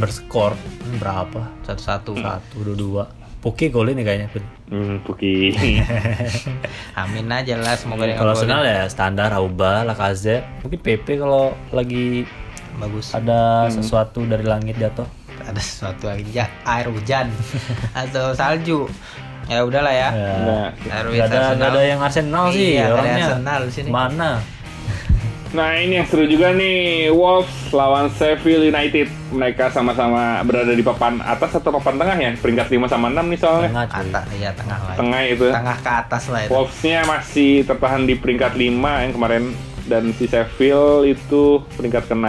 S2: berskor berapa?
S3: satu-satu.
S2: Satu, dua, dua. Poke golin nih kayaknya. Pin.
S1: Hmm,
S3: <laughs>
S1: Puki.
S3: Amin aja lah semoga dia
S2: Kalau
S3: ngegolin.
S2: Arsenal ya standar, Auba, Lacazette. Mungkin PP kalau lagi
S3: bagus.
S1: Hmm.
S2: ada sesuatu dari langit jatuh.
S3: ada sesuatu aja air
S2: <laughs>
S3: hujan atau salju ya udahlah ya
S2: Ya.
S1: nah,
S3: Norwich
S2: Gak ada,
S3: Arsenal.
S2: gak ada yang Arsenal sih
S3: Iya, gak ada
S2: orangnya.
S3: Arsenal di sini.
S2: Mana?
S1: nah, ini yang seru juga nih Wolves lawan Sheffield United. Mereka sama-sama berada di papan atas atau papan tengah ya? Peringkat 5 sama 6 nih soalnya.
S2: Tengah cuy.
S3: atas ya tengah lah
S1: Tengah itu.
S3: tengah ke atas lah itu
S1: Wolves-nya masih tertahan di peringkat 5 yang kemarin dan si Sheffield itu peringkat ke-6.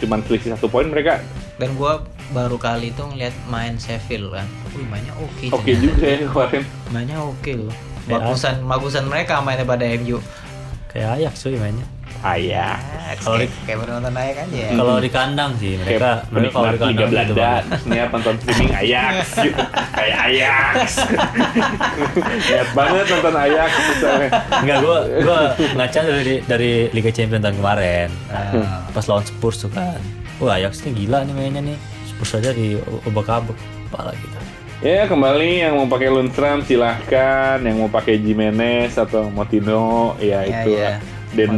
S1: Cuman selisih satu poin mereka
S3: dan gua baru kali itu ngeliat main Sheffield kan wih mainnya oke
S1: oke
S3: ternyata.
S1: juga ya kemarin.
S3: mainnya oke loh
S2: Ya.
S3: bagusan bagusan mereka mainnya pada MU
S2: Kayak ayak cuy mainnya.
S1: Ayah.
S3: Nah,
S2: Kalau
S3: kayak, kayak bener-bener naik aja ya
S2: Kalau di kandang sih mereka.
S1: Hmm. Kayak
S2: Mereka kalau di
S1: menikmati Liga
S2: kandang gitu
S1: Belanda,
S2: banget.
S1: terus niat nonton streaming
S2: <laughs>
S1: Ajax gitu. Kayak Ajax <laughs> Niat banget nonton Ajax misalnya
S2: Enggak, gua
S1: <laughs>
S2: gua ngaca dari dari Liga Champions tahun kemarin.
S3: Ah,
S2: Nah, pas lawan Spurs tuh kan. Wah, Ajax ini gila nih mainnya nih. Spurs aja di obak-abak pala gitu.
S1: Ya kembali yang mau pakai Lundstram silahkan Yang mau pakai Jimenez atau Motino Ya,
S3: Ya,
S1: itu
S3: ya.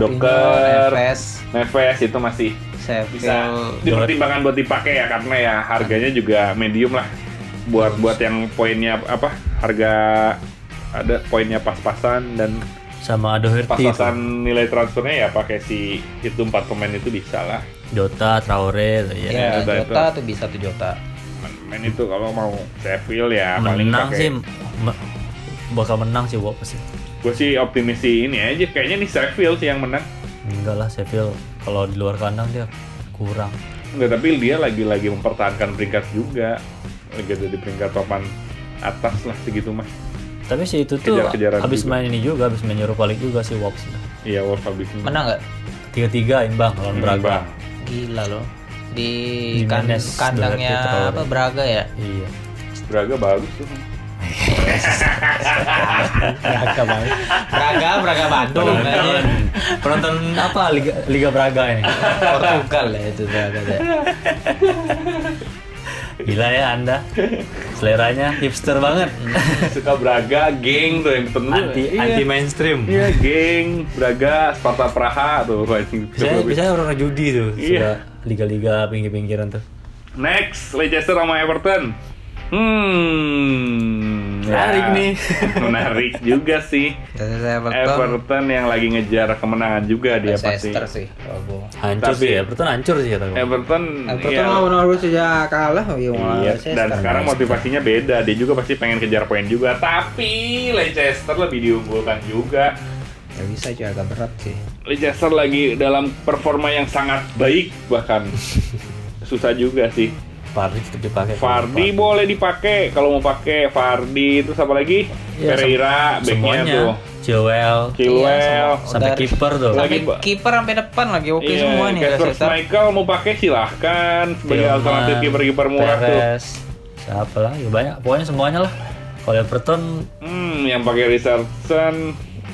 S3: Coutinho,
S1: Dendoker
S3: Neves
S1: Neves itu masih bisa
S2: Oh,
S3: Sheffield
S1: dipertimbangkan buat dipakai ya karena ya harganya juga medium lah buat buat yang poinnya apa harga ada poinnya pas-pasan dan
S2: Sama Doherty tuh.
S1: pas-pasan nilai transfernya ya pakai si itu empat pemain itu bisa lah
S2: Jota, Traore, tuh, ya.
S1: Ya,
S3: ya,
S1: ada itu.
S3: Jota tuh bisa tuh Jota
S1: main itu kalau mau Sheffield ya paling
S2: menang sih
S1: pakai
S2: me- bakal menang sih Wolves sih.
S1: gue sih optimis sih ini aja kayaknya nih Sheffield sih yang menang
S2: Enggak lah Sheffield kalau di luar kandang dia kurang.
S1: Enggak, tapi dia lagi-lagi mempertahankan peringkat juga lagi ada di peringkat papan atas lah segitu mah
S2: Tapi si itu tuh
S1: Kejar-kejaran
S2: habis
S1: juga.
S2: main ini juga habis main Europa League juga si Wolves.
S1: iya Wolves habis ini
S3: menang nggak
S2: Tiga-tiga imbang lawan Braga.
S1: Bang.
S3: Gila loh. Di kan,
S2: Jimenez,
S3: kandangnya
S2: Doherty, Traore.
S3: apa Braga ya?
S2: Iya.
S1: Braga bagus tuh
S2: Braga banget.
S3: Braga, Braga Bandung
S2: Penonton,
S3: kayaknya.
S2: penonton apa Liga, Liga Braga ini?
S3: Portugal ya itu Braga ya.
S2: Gila ya Anda. Seleranya hipster banget.
S1: Suka Braga, geng tuh yang ketemu.
S2: Anti
S1: Iya.
S2: anti mainstream.
S1: Iya, geng, Braga, Sparta Praha tuh. anjing.
S2: Biasanya, biasanya orang judi tuh,
S1: Iya.
S2: suka liga-liga pinggir-pinggiran tuh.
S1: Next, Leicester sama Everton. Hmm,
S2: Menarik nih.
S1: <laughs> Menarik juga sih.
S3: Everton.
S1: Everton yang lagi ngejar kemenangan juga dia pasti.
S3: Leicester sih. kalau gua.
S2: Hancur
S1: Tapi-
S2: sih ya, Everton hancur sih kata gua.
S1: Everton,
S3: Everton
S1: ya,
S3: mau menurut sejak kalah, ya mau
S1: iya,
S3: Leicester.
S1: dan sekarang motivasinya beda. Dia juga pasti pengen kejar poin juga. Tapi Leicester lebih diunggulkan juga.
S3: Ya bisa cuy agak berat sih.
S1: Leicester lagi dalam performa yang sangat baik bahkan. Susah juga sih.
S2: Fardi tetap dipakai.
S1: Fardi boleh dipakai kalau mau pakai Fardi terus apa lagi?
S2: Iya,
S1: Pereira, backnya
S2: semuanya. Iya,
S1: tuh.
S2: Joel,
S1: Chilwell.
S3: semua.
S2: sampai
S3: Udah.
S2: kiper tuh.
S1: Lagi-
S3: Sampai kiper sampai depan lagi oke ya,
S1: Iya,
S3: semua nih
S1: Kasper
S3: Leicester.
S1: Schmeichel mau pakai silahkan sebagai
S2: Tillman,
S1: alternatif kiper-kiper murah tuh.
S2: Perez, Siapa lah, ya banyak. Pokoknya semuanya lah. Kalau Everton
S1: Hmm, yang pakai Richardson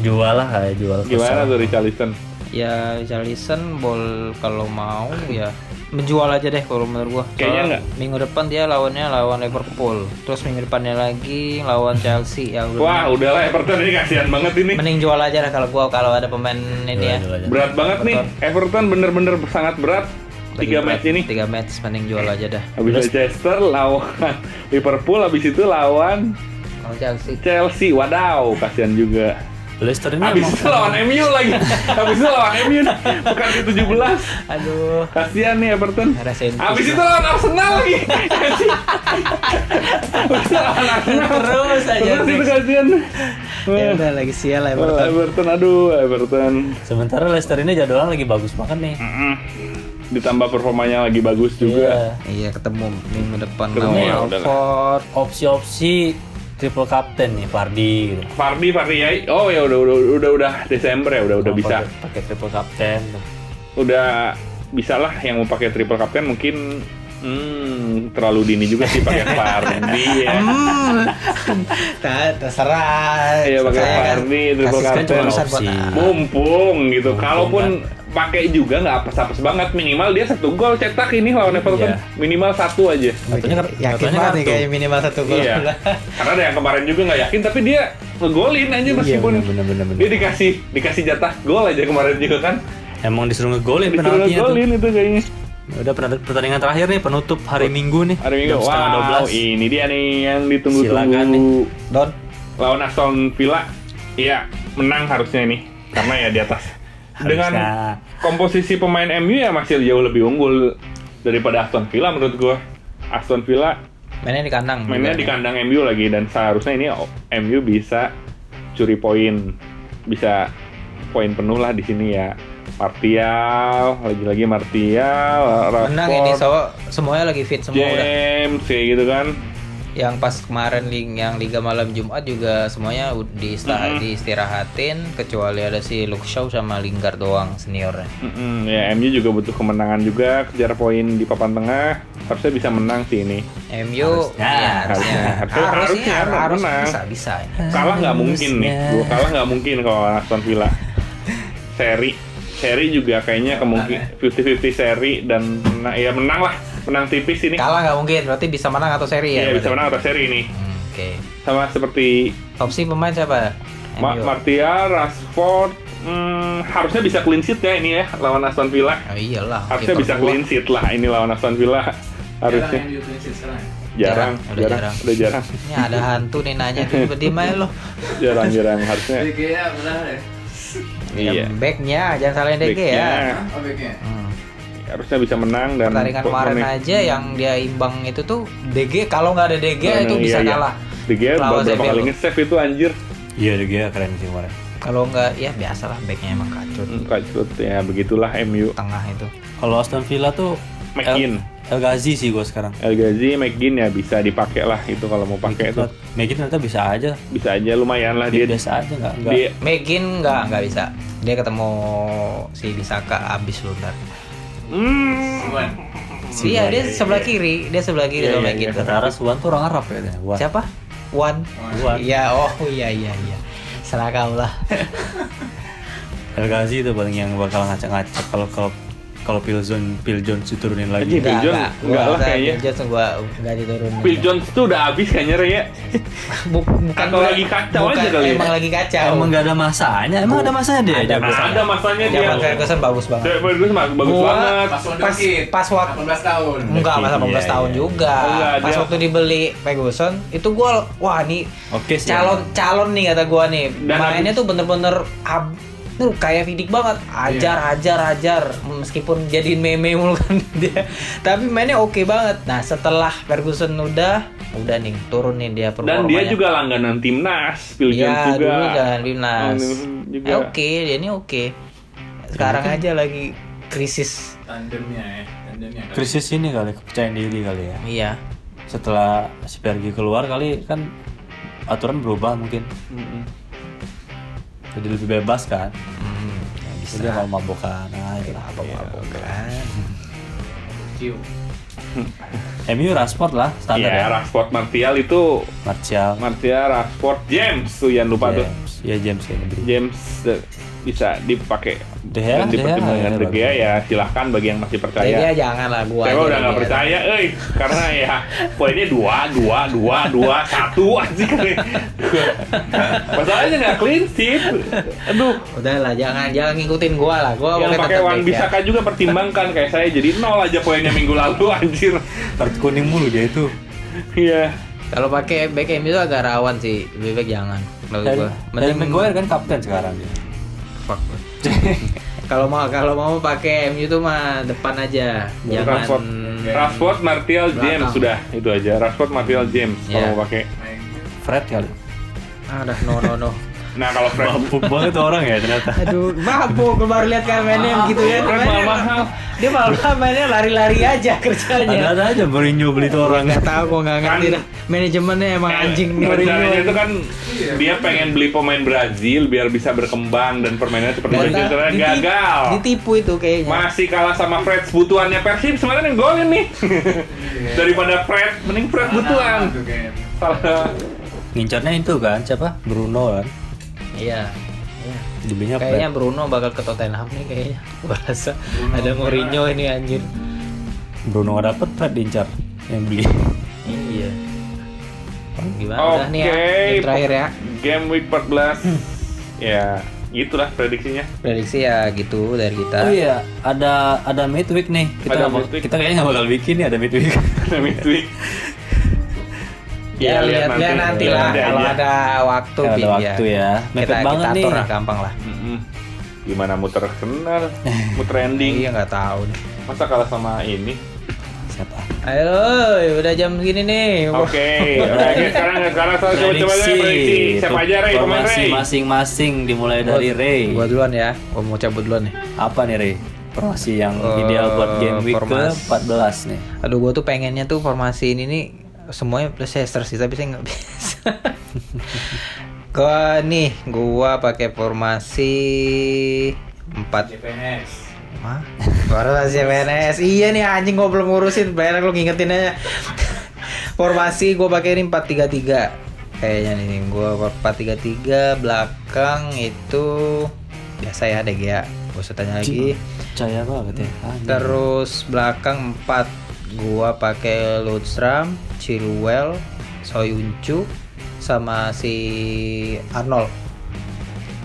S2: jual lah, kayak jual.
S1: gimana
S2: futsal.
S1: tuh Richarlison?
S3: Ya Richarlison bol kalau mau ya menjual aja deh kalau menurut gua.
S1: Kayaknya
S3: Soalnya
S1: nggak.
S3: Minggu depan dia lawannya lawan Liverpool. Terus minggu depannya lagi lawan Chelsea ya. udah.
S1: Wah, udahlah Everton ini kasihan banget ini.
S3: Mending jual aja lah kalau gua kalau ada pemain ini
S2: Jual,
S3: ya.
S2: jual aja.
S1: Berat banget nih. Everton bener-bener sangat berat. Tiga match ini.
S3: Tiga match mending jual aja dah.
S1: Habis Leicester lawan <laughs> Liverpool, habis itu lawan
S3: Kalau Chelsea
S1: Chelsea. Wadaw, kasihan juga.
S2: Leicester ini
S1: Habis
S2: emang
S1: itu lawan MU lagi. Habis itu lawan MU nih. Pekan ke-17. <laughs>
S3: aduh
S1: Kasihan nih Everton.
S3: ada sentuh.
S1: Habis itu lawan Arsenal lagi. Habis itu lawan Arsenal.
S3: terus aja.
S1: Terus itu kasihan.
S3: Ya udah lagi sial lah
S1: Everton.
S3: Everton.
S1: Everton, aduh Everton.
S2: sementara Leicester ini jadwalnya lagi bagus banget nih.
S1: Mm-mm. Ditambah performanya lagi bagus
S2: Iya.
S1: juga.
S3: Iya ketemu minggu depan
S1: Ketemu
S3: lawan
S1: ya, udah lah.
S3: Watford.
S2: Opsi-opsi triple captain nih Fardi gitu.
S1: Fardi, Fardi ya. Oh ya udah udah udah udah Desember ya udah udah
S2: Kenapa
S1: bisa.
S2: dia pakai triple captain. tuh.
S1: Udah bisa lah yang mau pakai triple captain mungkin hmm, terlalu dini juga sih
S2: <laughs>
S1: pakai Fardi ya.
S3: <laughs> Nah, terserah.
S1: Hmm. Iya, pakai
S3: Saya kan
S1: Fardi, triple
S3: kasih
S1: captain.
S3: kesempatan buat-
S2: Opsi.
S1: mumpung gitu. Kalaupun pakai juga nggak apa-apa banget minimal dia satu gol cetak ini lawan
S2: Iya.
S1: Everton minimal satu aja.
S2: Katanya kan-
S3: Yakin
S2: katanya
S3: banget nih
S2: kartu.
S3: kayaknya minimal satu gol.
S1: Iya. Karena ada yang kemarin juga nggak yakin tapi dia ngegolin aja
S2: Iya,
S1: meskipun
S2: bener, bener, bener.
S1: dia dikasih dikasih jatah gol aja kemarin juga kan.
S2: Emang disuruh ngegolin
S1: Disuruh
S2: penaltinya tuh.
S1: ngegolin itu kayaknya.
S2: Udah pernah pertandingan terakhir nih penutup hari Minggu nih.
S1: Oh, Hari Minggu.
S2: Jam setengah
S1: Wow,
S2: 12.
S1: ini dia nih yang
S2: Silakan nih.
S1: ditunggu-tunggu.
S3: <laughs> Don.
S1: Lawan Aston Villa. Iya, menang harusnya ini karena ya di
S3: <laughs>
S1: atas. Dengan
S2: Harusnya.
S1: komposisi pemain MU ya masih jauh lebih unggul daripada Aston Villa menurut gua. Aston Villa
S3: Mainnya di kandang.
S1: mainnya di kandang MU lagi dan seharusnya ini o- MU bisa curi poin bisa poin penuh lah di sini ya Martial lagi-lagi Martial
S3: Menang ini
S1: Rashford
S3: so, semuanya lagi fit semua udah.
S1: James kayak gitu kan
S3: Yang pas kemarin ling- yang Liga Malam Jumat juga semuanya u- diista-
S1: Mm-mm.
S3: diistirahatin kecuali ada si Luke Shaw sama Lingard doang seniornya.
S1: Mm-mm, ya MU juga butuh kemenangan juga kejar poin di papan tengah harusnya bisa menang sih ini
S3: MU
S2: Harusnya.
S3: ya, harusnya
S1: Harusnya. Harusnya,
S3: harus, harus
S1: menang.
S3: bisa bisa ya. ini.
S1: kalah nggak mungkin
S3: ya.
S1: nih
S2: Harusnya.
S1: gua kalah nggak mungkin kalau Aston
S3: <laughs>
S1: Villa seri seri juga kayaknya
S3: ya.
S1: kemungkinan 50-50 seri dan mena- ya menang lah menang tipis ini
S3: Kalah nggak mungkin, berarti bisa menang atau seri ya.
S1: Iya bisa
S3: berarti?
S1: menang atas seri ini.
S3: Hmm, Oke.
S1: Sama seperti
S3: Opsi pemain siapa?
S1: Ma-
S3: MU.
S1: Martial, Rashford, hmm, harusnya bisa clean sheet ya ini ya lawan Aston Villa.
S3: Oh, iyalah.
S1: Harusnya
S3: kiper
S1: bisa
S3: gua.
S1: clean sheet lah ini lawan Aston Villa.
S4: Jarang
S1: Harusnya
S4: Iya yang diutilisin sekarang ya.
S1: jarang,
S3: Jarang, udah
S1: jarang,
S3: jarang.
S1: udah jarang,
S3: Ini ada hantu nih nanya tiba-tiba aja lo.
S1: jarang, jarang
S3: Iya.
S1: harusnya.
S4: Jadi kayaknya benar ya.
S1: Iya.
S3: Yang Backnya jangan salahin DG ya.
S1: Backnya
S4: Hah? Oh, E? Objeknya.
S3: Hmm.
S1: Harusnya bisa menang dan
S3: Pertandingan
S1: Kan
S3: kemarin
S1: pokoknya-
S3: aja yang dia imbang itu tuh DG kalau nggak ada DG itu
S1: Iya,
S3: bisa
S1: iya.
S3: kalah.
S1: De Gea beberapa
S3: Lawan Sevilla.
S1: kali nge-save itu anjir.
S2: Iya, dia keren sih kemarin.
S3: Kalau nggak ya biasalah backnya emang kacau di
S1: Hmm, Kacrut ya begitulah MU.
S3: tengah itu.
S2: Kalau Aston Villa tuh
S1: McGinn.
S2: El, El Ghazi sih gua sekarang.
S1: El Ghazi, McGinn ya bisa dipakai lah itu kalau mau pakai itu
S2: Megin ternyata bisa aja.
S1: bisa aja lumayan lah
S2: Dia
S1: dia
S2: biasa aja nggak nggak.
S1: dia
S3: Megin nggak nggak bisa. Dia ketemu si Bisaka abis lunar.
S1: Hmm.
S4: Cuman.
S3: Eh, iya dia sebelah kiri, dia sebelah kiri
S1: Iya,
S3: sama
S1: iya,
S3: Megin.
S1: iya.
S3: tuh.
S2: Kata Aras Wan tuh orang Arab ya. Wan.
S3: Siapa? Wan.
S2: Wan.
S3: Iya, oh iya iya iya. Serakah lah.
S2: El Ghazi itu paling yang bakal ngacak-ngacak kalau kalau kalau Pilzon Pilzon diturunin
S1: Iya,
S2: lagi.
S1: Bill Jones. Enggak lah kayaknya.
S3: Bill Jones gua enggak diturunin.
S1: Phil Jones tuh udah habis kayaknya Re, ya.
S3: Bu- bukan
S1: Atau
S3: gua-
S1: lagi kacau
S3: bukan,
S1: aja kali ya?
S3: Emang lagi kacau.
S2: Emang nggak ada masanya, emang ada masanya dia.
S3: Ada
S2: jago
S1: Nah,
S2: sana.
S1: ada masanya dia.
S3: Zaman Ferguson bagus banget.
S1: Derek Ferguson bagus
S3: Ya, Gua-
S1: banget.
S4: Pas waktu
S3: Pas-
S4: dikit,
S3: pas waktu- Hmm.
S4: 18 tahun.
S3: Enggak, masa
S2: Iya,
S3: 18 tahun
S2: iya.
S3: juga.
S1: Enggak,
S3: Pas
S1: dia-
S3: waktu dibeli Ferguson, itu gua wah nih
S2: Oke sih.
S3: calon calon nih kata gua nih.
S1: Dan
S3: Mainnya tuh bener-bener ab tuh kayak Vidik banget, hajar
S1: Iya.
S3: hajar hajar meskipun jadiin meme mulu kan <laughs> dia. Tapi mainnya oke banget. Nah, setelah Ferguson udah udah nih turunin dia
S1: Dan dia
S3: performanya.
S1: juga langganan timnas, Phil Jones
S3: Iya,
S1: juga.
S3: dulu kan Bimnas.
S1: Hmm, juga.
S3: Eh, oke, dia ini oke. Sekarang aja lagi krisis.
S4: Tandemnya ya, tandemnya. kan.
S2: Krisis ini kali kepercayaan diri kali ya.
S3: Iya.
S2: Setelah si Pergi keluar kali kan aturan berubah mungkin.
S1: Mm-mm.
S2: Jadi lebih bebas kan.
S3: Hmm, ya bisa.
S2: Jadi mau mabokan ah, aja.
S3: Mabok-mabokan.
S4: Cium.
S1: Iya.
S2: MU Rashford lah standar
S1: Ya,
S2: ya.
S1: Rashford Martial itu
S2: Martial.
S1: Martial, Rashford, James tuh jangan lupa tuh.
S3: Iya.
S2: James. Ya James yang diberi.
S1: James eh, bisa dipakai
S2: De Gea, De
S1: dan
S3: Iya,
S2: Gea,
S1: dipertimbangkan
S2: ya,
S1: De Gea
S2: bagus.
S1: ya silahkan bagi yang masih percaya.
S3: Jadi ya jangan lah gua.
S1: Saya
S3: aja
S1: udah nggak
S3: jadi <laughs> ya.
S1: percaya, eh karena ya poinnya dua, dua, dua, dua, satu anjing. Masalahnya nggak clean sheet. Aduh,
S3: Udah lah, jangan jangan ngikutin gua lah. Gua
S1: yang
S3: pokoknya
S1: pakai
S3: tetap
S1: Wan
S3: baik ya.
S1: Bisaka juga pertimbangkan kayak saya jadi nol aja poinnya minggu lalu anjir.
S2: Kartu kuning mulu dia itu.
S1: Iya.
S3: Kalau pakai back MU itu agak rawan sih. Lebih baik jangan. Menurut
S2: Dan,
S3: gua.
S2: dan Maguire kan kapten sekarang dia.
S3: fuck. <laughs> kalau mau kalau mau pakai MU itu mah depan aja. Jangan
S1: Rashford,
S3: Hmm.
S1: Rashford, Martial, James
S3: Belakang.
S1: sudah itu aja. Rashford, Martial, James
S3: Iya.
S1: kalau mau pakai.
S4: Main.
S2: Fred kali.
S3: Ah, udah no no no.
S1: Nah kalau Fred,
S2: Mabuk banget orang ya
S1: <laughs>
S2: ternyata.
S3: Aduh, mabuk gue baru lihat kan mainnya gitu ya.
S1: Keren,
S3: Mainnya-
S1: mahal-mahal.
S3: Dia malah mainnya lari-lari aja
S1: Iya.
S3: kerjanya.
S2: Ada-ada aja Mourinho beli itu orang.
S3: Gak tahu gue nggak ngerti
S1: Kan-
S3: dah. Manajemennya emang anjing
S1: Eh, rencananya
S3: Mourinho.
S1: itu kan
S4: Iya.
S1: dia pengen beli pemain Brazil biar bisa berkembang dan permainannya seperti itu
S3: Ternyata
S1: ternyata
S3: diti-
S1: gitu kan, gagal.
S3: Ditipu itu kayaknya.
S1: Masih kalah sama Fred butuannya Persib sebenarnya yang golin nih. Daripada Fred, mending Fred butuan.
S4: Nah, tuh kayaknya.
S1: Salah.
S2: Ngincarnya itu kan siapa? Bruno kan.
S3: Iya. Iya.
S2: Dibelinya
S3: Kayaknya
S2: Fred.
S3: Bruno bakal ke Tottenham nih kayaknya. Gue rasa
S4: Bruno
S3: ada
S4: kemana?
S3: Mourinho
S1: ya.
S3: ini anjir.
S2: Bruno nggak dapet Fred diincar yang beli.
S3: Iya. Gimana dah nih ya?
S1: Oke.
S3: Game terakhir ya.
S1: Game week 14. ya, itulah prediksinya. <laughs>
S3: Prediksi ya gitu dari kita.
S2: Oh iya, ada ada midweek nih. Kita
S1: Ada
S2: nggak bak-
S1: midweek.
S2: kita kayaknya nggak bakal bikin nih ada midweek. <laughs>
S1: Next week. Iya,
S3: Ya, lihat lihat nanti lah
S1: Nanti
S3: kalau
S1: aja.
S3: ada waktu
S2: Kalau ada
S3: Bin,
S2: waktu ya. Mepet
S3: Kita,
S2: banget
S3: kita atur
S2: nih.
S3: lah gampang lah.
S1: Mm-mm. Gimana muter
S3: <laughs>
S1: kenal, muter
S3: Iya
S1: ending.
S3: nggak tahu nih.
S1: Masa kalah sama ini?
S2: Siapa?
S3: Ayo, udah jam segini nih.
S1: Oke, oke sekarang sekarang saya coba coba deh prediksi siapa aja Ray, pemain
S2: Formasi
S1: Ray.
S2: masing-masing dimulai
S3: Gua-
S2: dari Ray.
S3: Gua duluan ya. Gua mau cabut duluan nih.
S2: Apa nih Ray? Formasi yang
S3: Eh,
S2: ideal buat game week
S3: formas-
S2: ke-14 nih.
S3: Aduh, gua tuh pengennya tuh formasi ini nih semuanya Leicester sih, tapi saya nggak <laughs> bisa. gua nih, gua pakai formasi 4
S4: JPNS.
S3: Hah? Formasi PNS. Iya nih anjing gua belum ngurusin, banyak lu ngingetin aja. Formasi gua pakai ini 433. Kayaknya nih gua 433 belakang itu biasa ya DG ya. Gua usah tanya lagi.
S2: Percaya banget ya. Anjing.
S3: Terus belakang 4 gua pakai Lundstram, Chilwell, Soyuncu sama si Arnold.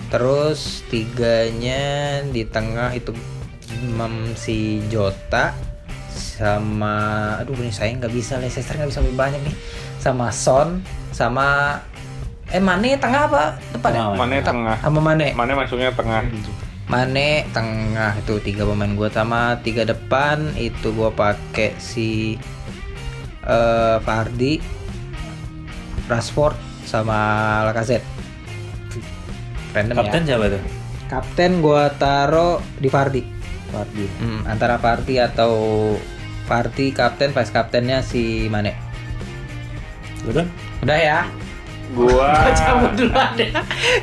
S3: Terus tiganya di tengah itu mem si Jota sama aduh ini saya nggak bisa Leicester nggak bisa lebih banyak nih sama Son sama eh Mane tengah apa depan ya?
S2: Tengah.
S1: Mana tengah?
S3: sama Mane
S1: Mana masuknya tengah?
S3: Mane tengah itu tiga pemain gua sama tiga depan itu gua pakai si eh Fardi, Rashford sama Lacazette. Random
S2: Kapten
S3: ya.
S2: siapa tuh?
S3: Kapten gua taro di Fardi.
S2: Fardi.
S3: Hmm, antara Fardi atau Fardi kapten vice kaptennya si Mane.
S2: Lu dong?
S3: Udah ya.
S1: Gua
S3: Gua cabut duluan ya.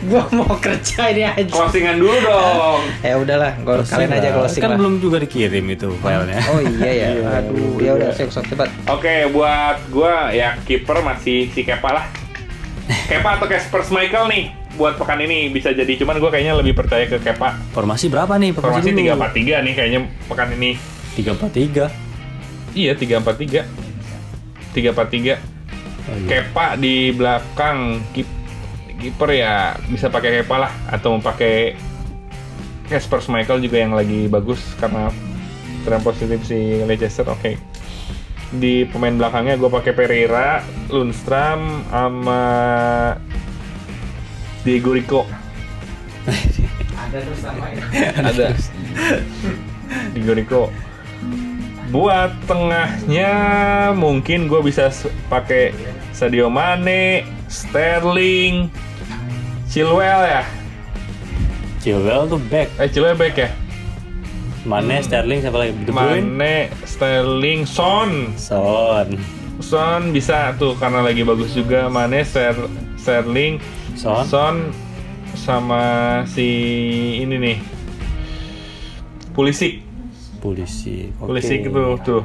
S3: Gua mau kerja ini aja.
S1: closingan dulu dong.
S3: Ya udahlah, gua kalian aja closing
S2: Kan
S3: lah.
S2: belum juga dikirim itu filenya.
S3: Oh iya ya.
S1: Iya,
S3: Aduh,
S1: iya.
S3: ya udah sok sok cepat.
S1: Oke, buat gua ya kiper masih si Kepa lah. Kepa atau Casper Michael nih buat pekan ini bisa jadi cuman gue kayaknya lebih percaya ke Kepa.
S2: Formasi berapa nih?
S1: Formasi
S2: dulu.
S1: 343 nih kayaknya pekan ini.
S2: 343.
S1: Iya 343. 343.
S2: Oh, iya.
S1: Kepa di belakang kip- kiper ya bisa pakai Kepa lah atau mau pakai Casper Michael juga yang lagi bagus karena tren positif si Leicester. Oke. Di pemain belakangnya gue pakai Pereira, Lundstram, sama Diego Rico.
S4: Ada terus sama ya.
S2: <laughs>
S1: Ada Diego Rico. Buat tengahnya mungkin gue bisa s- pakai Sadio Mane, Sterling, Chilwell ya.
S2: Chilwell tuh back.
S1: Eh Chilwell back ya.
S2: Mane, Sterling, siapa lagi? De Bruyne.
S1: Mane, Sterling, Son.
S2: Son.
S1: Son bisa tuh karena lagi bagus juga Mane, Ster- Sterling,
S2: Son.
S1: sama si ini nih Pulisic,
S2: Polisi. Oke.
S1: Pulisic tuh tuh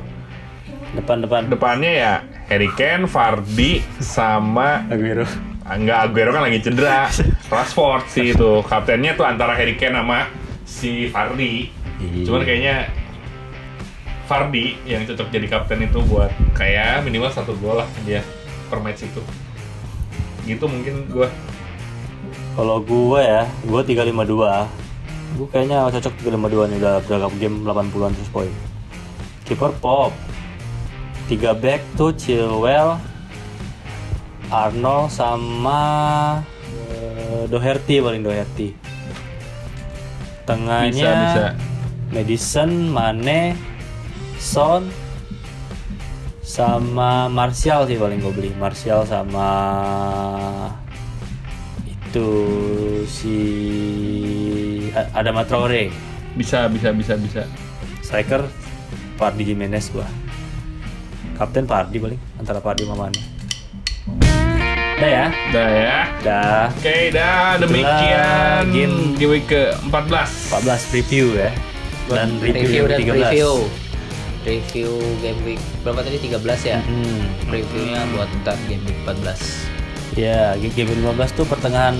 S2: Depan-depan.
S1: depannya ya Harry Kane, Vardy sama
S2: Aguero.
S1: Ah, nggak Aguero kan lagi cedera, <laughs> Rashford sih itu kaptennya tuh antara Harry Kane sama si Vardy.
S2: Iya.
S1: Cuman kayaknya Vardy yang cocok jadi kapten itu buat kayak minimal satu gol lah dia per match itu. Gitu mungkin gua
S2: Kalau gue ya, gue 352. Gue kayaknya cocok 352 nih udah beragam game 80-an terus poin. Kiper Pop. 3 back tuh Chilwell, Arnold sama eh, Doherty paling Doherty. Tengahnya
S1: bisa bisa.
S2: Madison, Mane, Son, sama Martial sih paling gue beli. Martial sama itu si A- Adama Traore,
S1: Bisa bisa bisa bisa.
S2: striker Pardi Jimenez gua. Kapten Pardi paling antara Pardi sama Mane. Udah ya,
S1: Udah ya.
S2: udah
S1: Oke, dah demikian
S2: Itulah game.
S1: game week ke-14.
S2: 14 preview ya. Dan review,
S3: Review dan
S2: 13.
S3: preview. Review game week berapa tadi 13 ya?
S2: Hmm.
S3: Reviewnya buat ntar game week 14.
S2: Ya, game 15 tuh pertengahan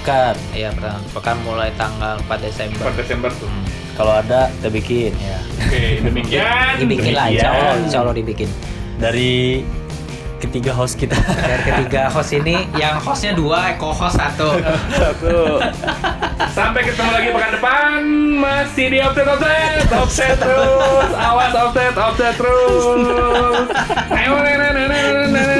S2: kan? pekan.
S3: Iya, pertama pekan mulai tanggal 4 Desember.
S1: 4 Desember tuh.
S2: Kalau ada kita bikin ya.
S1: Oke, <laughs> demikian.
S3: Dibikin lah, insya Allah, insya Allah dibikin.
S2: Dari ketiga host kita.
S3: Dari ketiga host ini, yang hostnya dua, eh, co-host satu.
S1: Sampai ketemu lagi pekan depan masih di offset offset offset terus awas offset offset terus. Ayo, nenek, nenek, nenek, nenek.